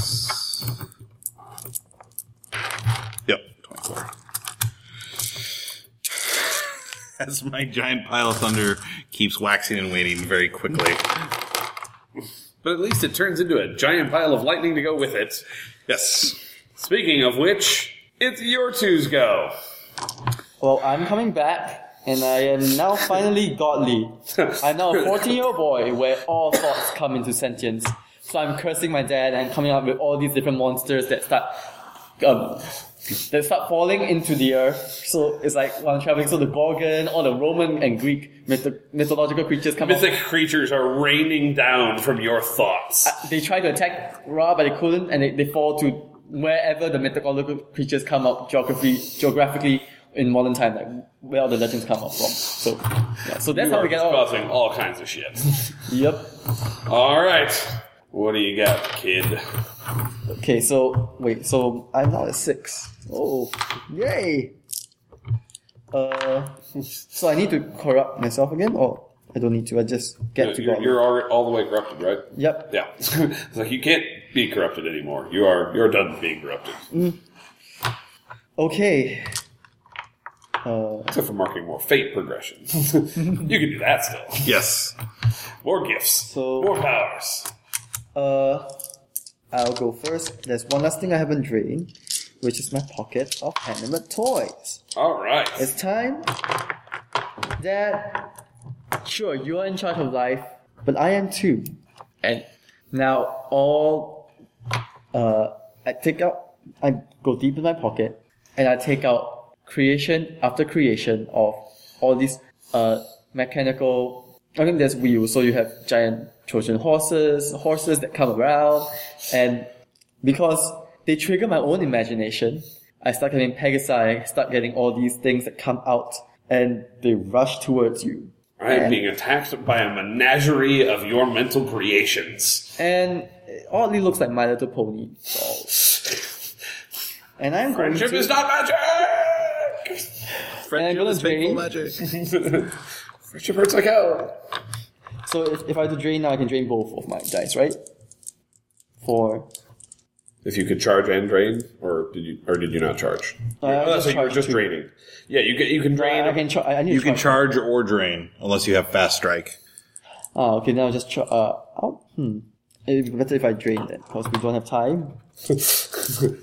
[SPEAKER 5] Yep, 24. <laughs> As my giant pile of thunder keeps waxing and waning very quickly.
[SPEAKER 3] But at least it turns into a giant pile of lightning to go with it.
[SPEAKER 5] Yes.
[SPEAKER 3] Speaking of which, it's your two's go.
[SPEAKER 4] Well, I'm coming back, and I am now finally godly. I'm now a 14 year old boy where all thoughts come into sentience. So I'm cursing my dad and coming up with all these different monsters that start. Um, that start falling into the earth. So it's like while I'm traveling. So the Gorgon, all the Roman and Greek mytho- mythological creatures come out.
[SPEAKER 3] Mythic creatures are raining down from your thoughts.
[SPEAKER 4] They try to attack Ra, but they couldn't, and they, they fall to wherever the mythological creatures come up geography, geographically in modern time, like where all the legends come up from. So, yeah, so that's
[SPEAKER 3] You
[SPEAKER 4] how
[SPEAKER 3] are
[SPEAKER 4] we get all.
[SPEAKER 3] causing all kinds of shit.
[SPEAKER 4] Yep.
[SPEAKER 3] all right. What do you got, kid?
[SPEAKER 4] Okay, so wait, so I'm now at six. Oh, yay! Uh, so I need to corrupt myself again, or I don't need to. I just get to
[SPEAKER 3] You're,
[SPEAKER 4] God.
[SPEAKER 3] you're already all the way corrupted, right?
[SPEAKER 4] Yep.
[SPEAKER 3] Yeah. <laughs> it's like you can't be corrupted anymore. You are you're done being corrupted.
[SPEAKER 4] Okay. Uh,
[SPEAKER 3] Except for marking more fate progression. <laughs> you can do that still.
[SPEAKER 5] Yes.
[SPEAKER 3] More gifts.
[SPEAKER 4] So-
[SPEAKER 3] more powers.
[SPEAKER 4] Uh, I'll go first. There's one last thing I haven't drained, which is my pocket of animate toys.
[SPEAKER 3] All right.
[SPEAKER 4] It's time that sure you're in charge of life, but I am too. And now all uh, I take out, I go deep in my pocket, and I take out creation after creation of all these uh, mechanical. I mean, there's wheels, so you have giant Trojan horses, horses that come around, and because they trigger my own imagination, I start getting Pegasi, start getting all these things that come out, and they rush towards you.
[SPEAKER 3] I'm being attacked by a menagerie of your mental creations.
[SPEAKER 4] And it oddly looks like My Little Pony. So. And I'm going
[SPEAKER 3] Friendship
[SPEAKER 4] to,
[SPEAKER 3] is not magic!
[SPEAKER 4] and I'm gonna drain.
[SPEAKER 3] Friendship hurts like hell.
[SPEAKER 4] So if, if I had to drain now, I can drain both of my dice, right? For
[SPEAKER 3] If you could charge and drain, or did you, or did you not charge?
[SPEAKER 4] Uh, I
[SPEAKER 3] oh,
[SPEAKER 4] just
[SPEAKER 3] so you were
[SPEAKER 4] charged
[SPEAKER 3] just
[SPEAKER 4] two.
[SPEAKER 3] draining. Yeah, you can you can drain.
[SPEAKER 4] I can char- I I need
[SPEAKER 5] You
[SPEAKER 4] to
[SPEAKER 5] can charge or drain unless you have fast strike.
[SPEAKER 4] Ah, okay, now just char- uh, oh, hmm. It'd be better if I drain then, because we don't have time.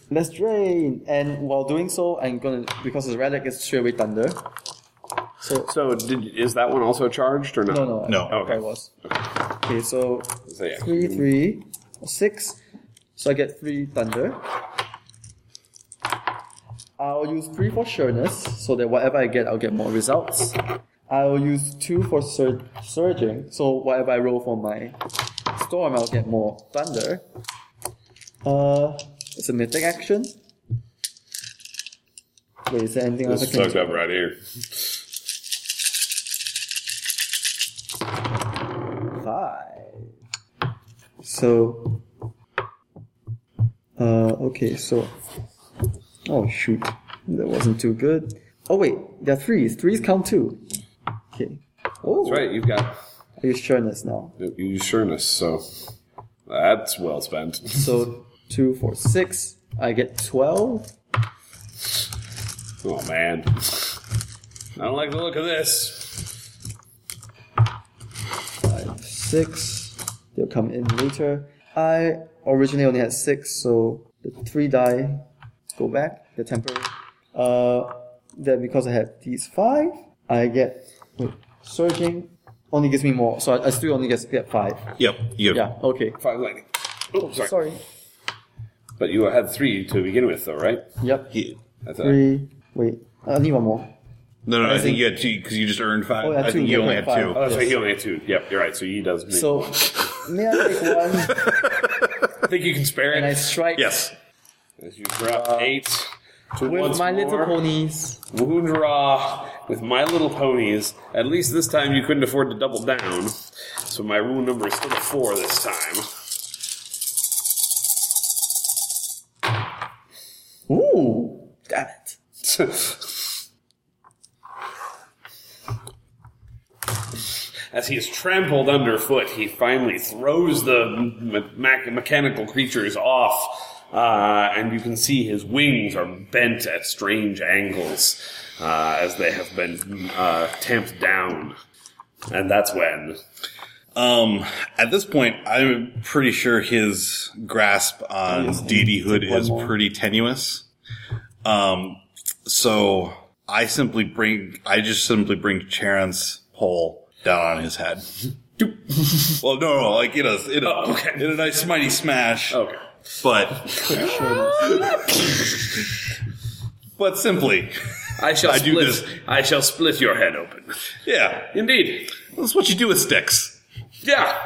[SPEAKER 4] Let's drain, and while doing so, I'm gonna because the relic is straight away thunder. So
[SPEAKER 3] so did, is that one also charged or not?
[SPEAKER 4] no, no,
[SPEAKER 5] No.
[SPEAKER 4] I,
[SPEAKER 3] Oh, Okay.
[SPEAKER 4] I was. Okay, so
[SPEAKER 3] So, yeah.
[SPEAKER 4] three, three, six. So I get three thunder. I'll use three for sureness, so that whatever I get, I'll get more results. I'll use two for sur- surging, so whatever I roll for my storm, I'll get more thunder. Uh, it's a mythic action. Wait, is there anything else I
[SPEAKER 3] This
[SPEAKER 4] can
[SPEAKER 3] fucked up right here.
[SPEAKER 4] five. So, uh, okay, so, oh shoot, that wasn't too good. Oh wait, there are threes. Threes count too. Okay. Oh,
[SPEAKER 3] That's right. You've got
[SPEAKER 4] I use sureness now.
[SPEAKER 3] you use sureness, so that's well spent.
[SPEAKER 4] So two, four, six. I get twelve.
[SPEAKER 3] Oh man, I don't like the look of this.
[SPEAKER 4] Five, six. They'll come in later. I originally only had six, so the three die go back. The temporary. Uh, then because I have these five, I get wait, surging. Only gives me more, so I, I still only get, get five.
[SPEAKER 5] Yep. You
[SPEAKER 4] Oh. Yeah. Okay.
[SPEAKER 3] Five lightning. Oh, sorry.
[SPEAKER 4] Sorry.
[SPEAKER 3] But you had three to begin with, though, right?
[SPEAKER 4] Yep.
[SPEAKER 5] He-
[SPEAKER 3] I thought.
[SPEAKER 4] Three. Wait. I need one more.
[SPEAKER 5] no, no, I think you had two because you just earned five.
[SPEAKER 4] Oh, yeah,
[SPEAKER 5] I
[SPEAKER 4] two,
[SPEAKER 5] think you
[SPEAKER 4] yeah,
[SPEAKER 5] only had
[SPEAKER 4] five.
[SPEAKER 5] two.
[SPEAKER 3] Oh, that's right. He only had two. Yep, you're right. So he does. Make,
[SPEAKER 4] So may I
[SPEAKER 3] <laughs>
[SPEAKER 4] take one?
[SPEAKER 3] I think you can spare
[SPEAKER 4] And I
[SPEAKER 3] it.
[SPEAKER 4] strike
[SPEAKER 5] Yes.
[SPEAKER 3] As you drop eight to
[SPEAKER 4] with
[SPEAKER 3] once
[SPEAKER 4] my little
[SPEAKER 3] more.
[SPEAKER 4] ponies.
[SPEAKER 3] Wound Raw with My Little Ponies. At least this time you couldn't afford to double down, so my rule number is still four this time.
[SPEAKER 4] Ooh. Damn it.
[SPEAKER 3] <laughs> As he is trampled underfoot, he finally throws the m- me- mechanical creatures off, uh, and you can see his wings are bent at strange angles uh, as they have been uh, tamped down. And that's when
[SPEAKER 5] Um, at this point, I'm pretty sure his grasp on deityhood is pretty tenuous. Um, so I simply bring, I just simply bring Charon's pole down on
[SPEAKER 4] <laughs>
[SPEAKER 5] his head. well, no, no, like in a, in a,
[SPEAKER 3] Oh, okay.
[SPEAKER 5] in a nice mighty smash,
[SPEAKER 3] okay,
[SPEAKER 4] <laughs>
[SPEAKER 5] but, but simply,
[SPEAKER 3] I shall
[SPEAKER 5] I do
[SPEAKER 3] split.
[SPEAKER 5] this.
[SPEAKER 3] I shall split your head open.
[SPEAKER 5] yeah,
[SPEAKER 3] Indeed,
[SPEAKER 5] that's what you do with sticks.
[SPEAKER 3] yeah.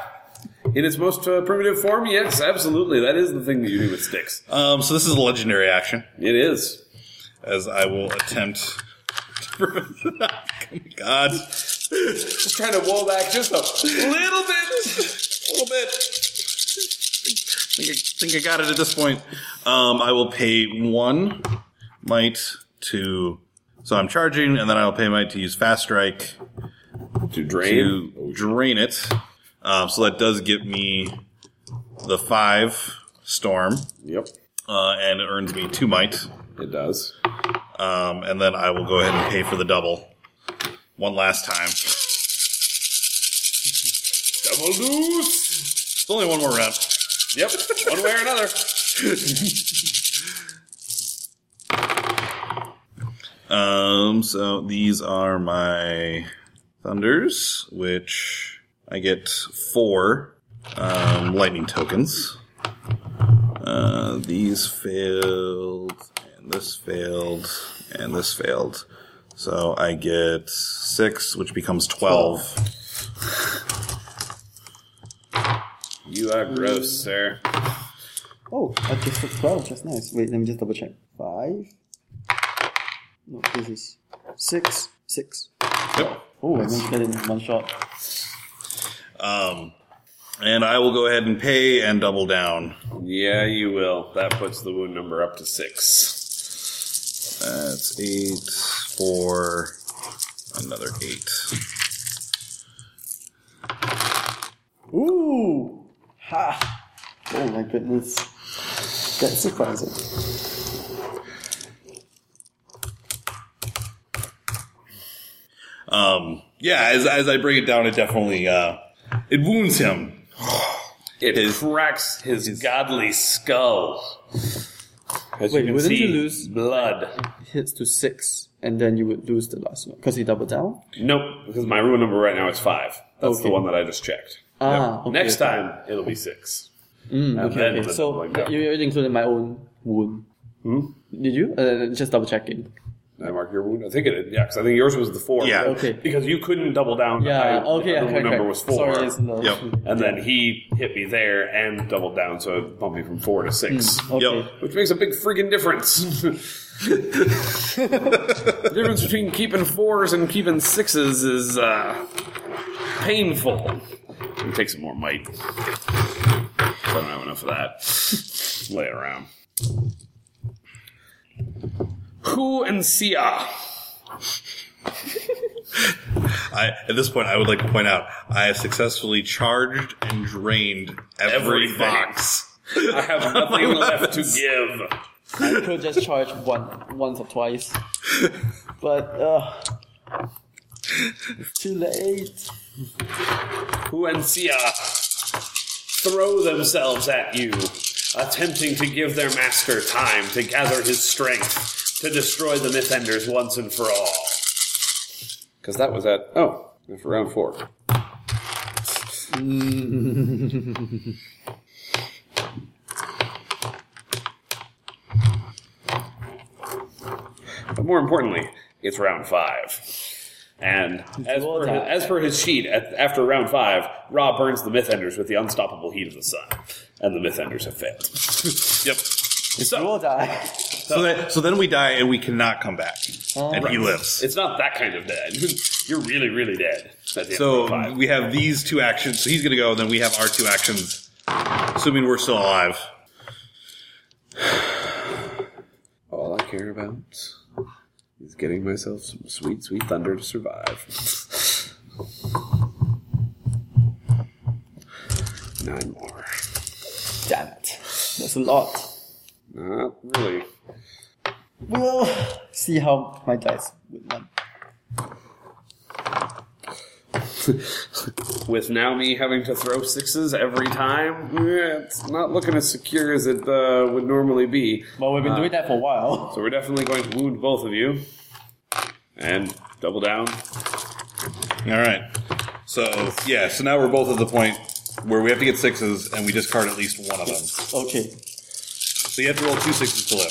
[SPEAKER 3] In its most uh, primitive form, yes, absolutely. That is the thing that you do with sticks.
[SPEAKER 5] Um, so this is a legendary action.
[SPEAKER 3] It is.
[SPEAKER 5] as I will attempt to prevent <laughs> the knock. Oh my God. Just
[SPEAKER 3] trying to wall back just a little bit.
[SPEAKER 5] a little bit. I think I, think I got it at this point. Um, I will pay one might to. So I'm charging, and then I'll pay might to use fast strike
[SPEAKER 3] To drain.
[SPEAKER 5] to drain it. Um, so that does give me the five storm,
[SPEAKER 3] Yep,
[SPEAKER 5] uh, and it earns me two might.
[SPEAKER 3] it does.
[SPEAKER 5] Um, and then I will go ahead and pay for the double one last time.
[SPEAKER 3] Double loose.
[SPEAKER 5] It's only one more round.
[SPEAKER 3] Yep, one way or another.
[SPEAKER 5] Um, so these are my thunders, which I get four um, lightning tokens. Uh, these failed, and this failed, and this failed. So I get six, which becomes twelve.
[SPEAKER 3] You are gross, sir.
[SPEAKER 4] Oh, I just took 12 just nice. Wait, let me just double check. 5. No, this is 6. 6.
[SPEAKER 5] Yep.
[SPEAKER 4] Oh, I managed to get it in one shot.
[SPEAKER 5] Um, and I will go ahead and pay and double down.
[SPEAKER 3] Yeah, you will. That puts the wound number up to six.
[SPEAKER 5] That's eight for another eight.
[SPEAKER 4] Ooh! Ha! Oh my goodness. That's surprising.
[SPEAKER 5] Um, yeah, as, as I bring it down, it definitely uh, it wounds him.
[SPEAKER 3] It
[SPEAKER 5] His-
[SPEAKER 3] cracks his, godly skull. As
[SPEAKER 4] Wait,
[SPEAKER 3] you can
[SPEAKER 4] wouldn't
[SPEAKER 3] see,
[SPEAKER 4] you lose-
[SPEAKER 3] blood?
[SPEAKER 4] Hits to 6, and then you would lose the last one. Because he doubled down?
[SPEAKER 3] Nope, because my rune number right now is five. That's the
[SPEAKER 4] Okay.
[SPEAKER 3] one that I just checked.
[SPEAKER 4] Ah, okay.
[SPEAKER 3] Next time it'll be six.
[SPEAKER 4] Mm,
[SPEAKER 3] and
[SPEAKER 4] okay,
[SPEAKER 3] then
[SPEAKER 4] okay.
[SPEAKER 3] the-
[SPEAKER 4] So,
[SPEAKER 3] like that.
[SPEAKER 4] you you already included my own wound. Hmm? Did you? Uh, just double checking.
[SPEAKER 3] Did I mark your wound? I think it did. Yeah, because I think yours was the four.
[SPEAKER 5] Yeah.
[SPEAKER 4] Okay.
[SPEAKER 3] Because you couldn't double down.
[SPEAKER 4] Yeah,
[SPEAKER 3] I-
[SPEAKER 4] okay,
[SPEAKER 3] The
[SPEAKER 4] yeah,
[SPEAKER 3] wound
[SPEAKER 4] correct,
[SPEAKER 3] number
[SPEAKER 4] correct.
[SPEAKER 3] was four.
[SPEAKER 4] Sorry, it's not.
[SPEAKER 5] Yep.
[SPEAKER 3] and then he hit me there and doubled down, so it bumped me from four to six,
[SPEAKER 4] Okay.
[SPEAKER 5] Yep.
[SPEAKER 3] which makes a big freaking <laughs> difference. the difference between keeping fours and keeping sixes is uh, painful. It takes more might. I don't have enough of that. Lay it around. Who and Sia?
[SPEAKER 5] I, at this point, I would like to point out I have successfully charged and drained every
[SPEAKER 3] Everything.
[SPEAKER 5] box.
[SPEAKER 3] I have nothing left <laughs> to give.
[SPEAKER 4] I could just charge one once or twice. But uh it's too late.
[SPEAKER 3] Huencia throw themselves at you, attempting to give their master time to gather his strength to destroy the Mythenders once and for all. Because that was at oh, for round four. but more importantly, it's round five. And as per, his, as per his sheet, at, after round five, Ra burns the Mythenders with the unstoppable heat of the sun, and the Mythenders have failed.
[SPEAKER 5] Yep.
[SPEAKER 4] You will die.
[SPEAKER 5] So, that, so then we die and we cannot come back. and he lives.
[SPEAKER 3] It's not that kind of dead. <laughs> You're really, really dead. at the end of
[SPEAKER 5] So
[SPEAKER 3] round five.
[SPEAKER 5] we have these two actions. So he's going to go, and then we have our two actions, assuming we're still alive.
[SPEAKER 3] all I care about is getting myself some sweet, sweet thunder to survive. Nine more.
[SPEAKER 4] Damn it. That's a lot.
[SPEAKER 3] Not really.
[SPEAKER 4] We'll see how my dice would run.
[SPEAKER 3] With now me having to throw sixes every time, eh, it's not looking as secure as it uh, would normally be.
[SPEAKER 4] Well we've been doing that for a while. <laughs>
[SPEAKER 3] So we're definitely going to wound both of you. And double down.
[SPEAKER 5] All right. So yeah. So now we're both at the point where we have to get sixes, and we discard at least one of them.
[SPEAKER 4] Okay.
[SPEAKER 5] So you have to roll two sixes to live.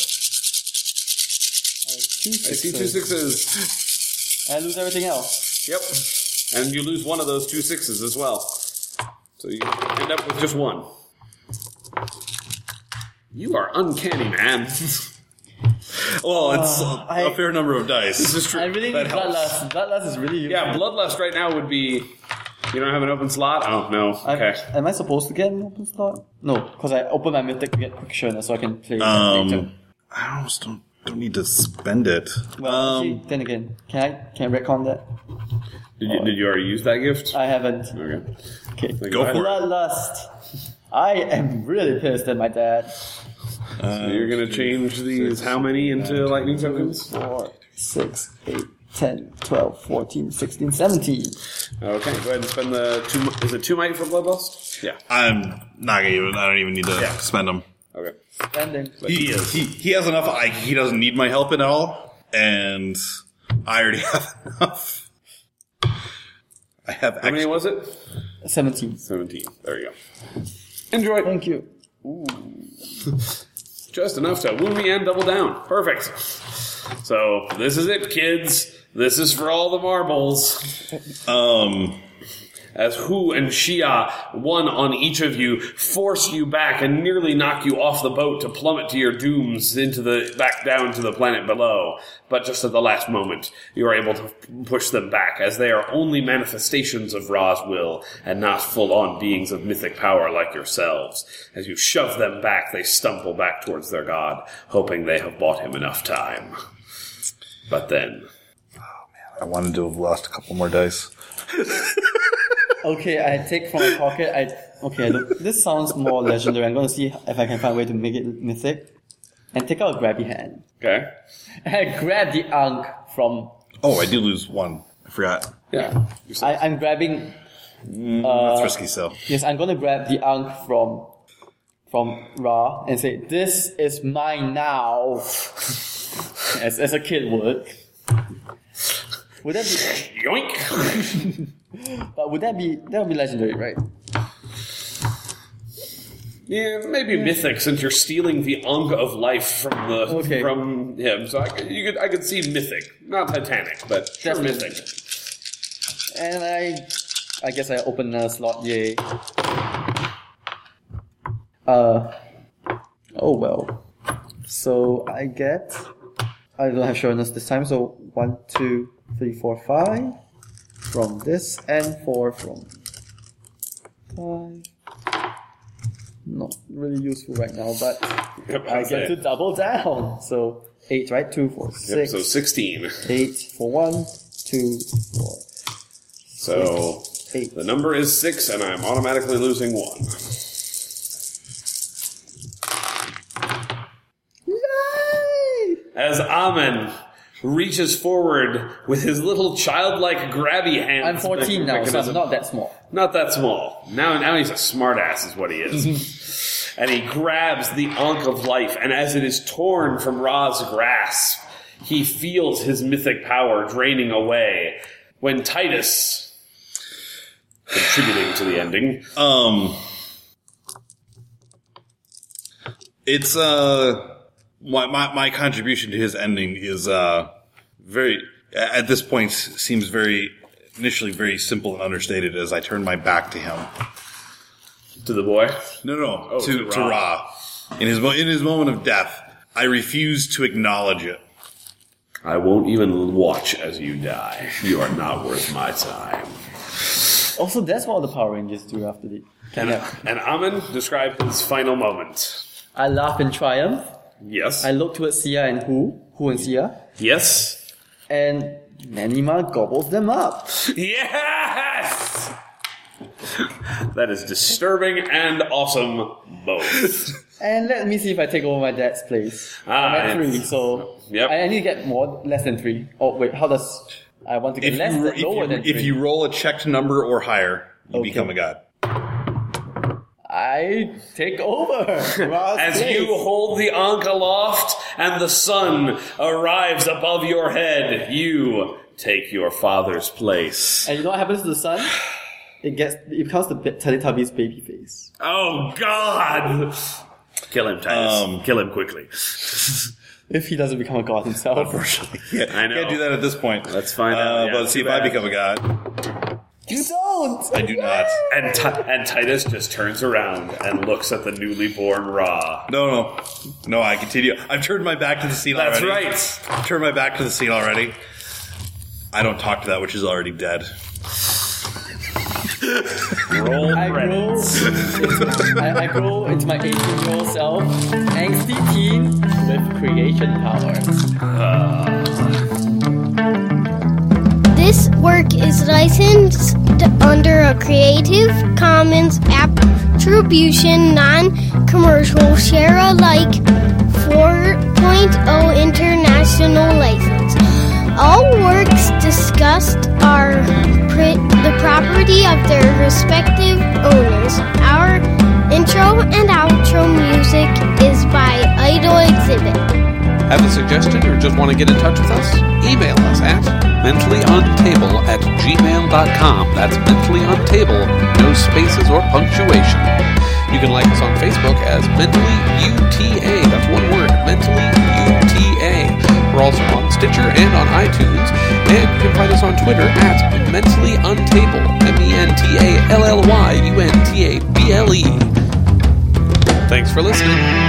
[SPEAKER 4] Two
[SPEAKER 3] I see
[SPEAKER 4] sixes.
[SPEAKER 3] two sixes.
[SPEAKER 4] I lose everything else.
[SPEAKER 3] Yep. And you lose one of those two sixes as well. So you end up with just one. You are uncanny, man. Uh,
[SPEAKER 5] Well, it's a
[SPEAKER 4] I-
[SPEAKER 5] a fair number of
[SPEAKER 3] this
[SPEAKER 5] dice.
[SPEAKER 3] is true.
[SPEAKER 4] I really
[SPEAKER 5] That
[SPEAKER 4] need
[SPEAKER 5] helps.
[SPEAKER 4] bloodlust. Bloodlust is really
[SPEAKER 3] yeah, bloodlust right now would be. You don't have an open slot? Oh, no.
[SPEAKER 4] I'm-
[SPEAKER 3] Okay.
[SPEAKER 4] Am I supposed to get an open slot? No, because I open my mythic to get quick shiner so I can play later.
[SPEAKER 5] Um, I almost don't don't need to spend it.
[SPEAKER 4] Well,
[SPEAKER 5] um,
[SPEAKER 4] actually, then again, can I can I retcon that?
[SPEAKER 3] Did you, did you already use that gift?
[SPEAKER 4] I haven't.
[SPEAKER 3] Okay.
[SPEAKER 4] Okay.
[SPEAKER 5] Go for it.
[SPEAKER 4] Bloodlust. I am really pissed at my dad.
[SPEAKER 3] So you're
[SPEAKER 5] Uh,
[SPEAKER 3] going to change these how many into lightning tokens?
[SPEAKER 4] Four, six, eight, 10, 12, 14, 16, 17.
[SPEAKER 3] Okay, go ahead and spend the two. mi- Is it two might for bloodlust? Yeah.
[SPEAKER 5] I'm not gonna even. I don't even need to
[SPEAKER 3] Yeah.
[SPEAKER 5] spend them.
[SPEAKER 3] Okay.
[SPEAKER 4] Spending.
[SPEAKER 5] He is. He, he has enough. I, he doesn't need my help at all, and I already <laughs> have enough. I have
[SPEAKER 3] How many
[SPEAKER 5] extra.
[SPEAKER 3] was it?
[SPEAKER 4] 17.
[SPEAKER 3] Seventeen. There you go. Enjoy.
[SPEAKER 4] Thank you.
[SPEAKER 3] Just enough to woo me and double down. Perfect. So this is it, kids. This is for all the marbles.
[SPEAKER 5] Um,
[SPEAKER 3] As Hu and Shia, one on each of you, force you back and nearly knock you off the boat to plummet to your dooms into the back down to the planet below. But just at the last moment, you are able to push them back, as they are only manifestations of Ra's will and not full-on beings of mythic power like yourselves. As you shove them back, they stumble back towards their god, hoping they have bought him enough time. But then,
[SPEAKER 5] I wanted to have lost a couple more dice.
[SPEAKER 4] Okay, I take from my pocket. I okay. Look, this sounds more legendary. I'm gonna see if I can find a way to make it mythic, and take out a grabby hand. <laughs>
[SPEAKER 3] okay,
[SPEAKER 4] I grab the unk from.
[SPEAKER 5] Oh, I did lose one. I forgot.
[SPEAKER 3] yeah,
[SPEAKER 4] I, I'm grabbing.
[SPEAKER 5] That's risky, so.
[SPEAKER 4] Yes, I'm gonna grab the unk from from Ra and say, "This is mine now," <laughs> as as a kid would. Would that be?
[SPEAKER 3] yoink.
[SPEAKER 4] But would that be? That would be legendary, right?
[SPEAKER 3] Yeah, maybe mythic since you're stealing the Ankh of life from the
[SPEAKER 4] Okay.
[SPEAKER 3] from him. So I could, you could I could see mythic, not Titanic, but sure
[SPEAKER 4] Definitely.
[SPEAKER 3] mythic.
[SPEAKER 4] And I, I guess I open a slot. Yay. Uh, oh well. So I get. I don't have sureness this time. So one, two, three, four, five from this, and four from five. Not really useful right now, but
[SPEAKER 3] Yep,
[SPEAKER 4] I get to double down. So eight, right? Two, four,
[SPEAKER 3] Yep,
[SPEAKER 4] six,
[SPEAKER 3] so sixteen.
[SPEAKER 4] eight for one, two, four,
[SPEAKER 3] So
[SPEAKER 4] eight.
[SPEAKER 3] the number is six, and I'm automatically losing one. As Amen reaches forward with his little childlike grabby hand.
[SPEAKER 4] I'm 14 now, so I'm not that small.
[SPEAKER 3] Not that small. Now, now he's a smartass, is what he is. and he grabs the Ankh of life, and as it is torn from Ra's grasp, he feels his mythic power draining away. When Titus, contributing to the ending,
[SPEAKER 5] Um, it's uh, my, my my contribution to his ending is uh, very a- at this point seems very initially very simple and understated as I turn my back to him.
[SPEAKER 3] to the boy,
[SPEAKER 5] No, no,
[SPEAKER 3] Oh,
[SPEAKER 5] to
[SPEAKER 3] to
[SPEAKER 5] to Ra. In his mo- in his moment of death, I refuse to acknowledge it.
[SPEAKER 3] I won't even watch as you die. You are not worth my time.
[SPEAKER 4] Also, that's what all the Power Rangers do after the.
[SPEAKER 3] And, and Amen described his final moment.
[SPEAKER 4] I laugh in triumph.
[SPEAKER 3] Yes.
[SPEAKER 4] I look towards Sia and Hu, Hu and Sia,
[SPEAKER 3] yes.
[SPEAKER 4] and Nanima gobbles them up.
[SPEAKER 3] Yes! That is disturbing and awesome <laughs> both.
[SPEAKER 4] And let me see if I take over my dad's place.
[SPEAKER 3] Ah,
[SPEAKER 4] I'm at
[SPEAKER 3] it's-
[SPEAKER 4] three, so
[SPEAKER 3] Yep.
[SPEAKER 4] I, I need to get more less than three. Oh wait, how does I want to get
[SPEAKER 5] If
[SPEAKER 4] less
[SPEAKER 5] you,
[SPEAKER 4] than, lower
[SPEAKER 5] if,
[SPEAKER 4] than
[SPEAKER 5] you,
[SPEAKER 4] three?
[SPEAKER 5] if you roll a checked number or higher, you
[SPEAKER 4] Okay.
[SPEAKER 5] become a god.
[SPEAKER 4] I take
[SPEAKER 5] <laughs>
[SPEAKER 4] over. Ra's
[SPEAKER 3] As
[SPEAKER 4] place.
[SPEAKER 3] you hold the Ankh aloft and the sun arrives above your head, you take your father's place.
[SPEAKER 4] and you know what happens to the sun? It gets it becomes the ba- Teletubbies baby face.
[SPEAKER 3] Oh, God! Kill him, Titus.
[SPEAKER 5] Um,
[SPEAKER 3] Kill him quickly.
[SPEAKER 4] If he doesn't become a god himself.
[SPEAKER 5] Unfortunately, yeah,
[SPEAKER 3] I know.
[SPEAKER 5] can't do that at this point.
[SPEAKER 3] Let's find
[SPEAKER 5] uh,
[SPEAKER 3] out, yeah,
[SPEAKER 5] but see
[SPEAKER 3] too
[SPEAKER 5] if I
[SPEAKER 3] bad.
[SPEAKER 5] become a god.
[SPEAKER 4] You don't.
[SPEAKER 5] I do not.
[SPEAKER 3] <laughs> And, Ti- and Titus just turns around and looks at the newly born Ra.
[SPEAKER 5] No, no, no. I continue. I've turned my back to the scene
[SPEAKER 3] That's
[SPEAKER 5] already.
[SPEAKER 3] right.
[SPEAKER 5] I've turned my back to the scene already. I don't talk to that which is already dead.
[SPEAKER 3] Roll
[SPEAKER 4] I
[SPEAKER 3] credits.
[SPEAKER 4] grow, I, I grow into my 18 year old self, angsty teen with creation power.
[SPEAKER 2] This work is licensed under a Creative Commons Attribution Non Commercial Share Alike 4.0 International License. All works discussed are pri- the property of their respective owners. Our intro and outro music is by Idol Exhibit.
[SPEAKER 1] Have a suggestion or just want to get in touch with us? Email us at mentallyuntable at gmail.com. That's mentallyuntable, no spaces or punctuation. You can like us on Facebook as Mentally UTA. That's one word, Mentally UTA. We're also on Stitcher and on iTunes. And you can find us on Twitter at E Mentally Untable, M-E-N-T-A-L-L-Y-U-N-T-A-B-L-E. E. Thanks for listening.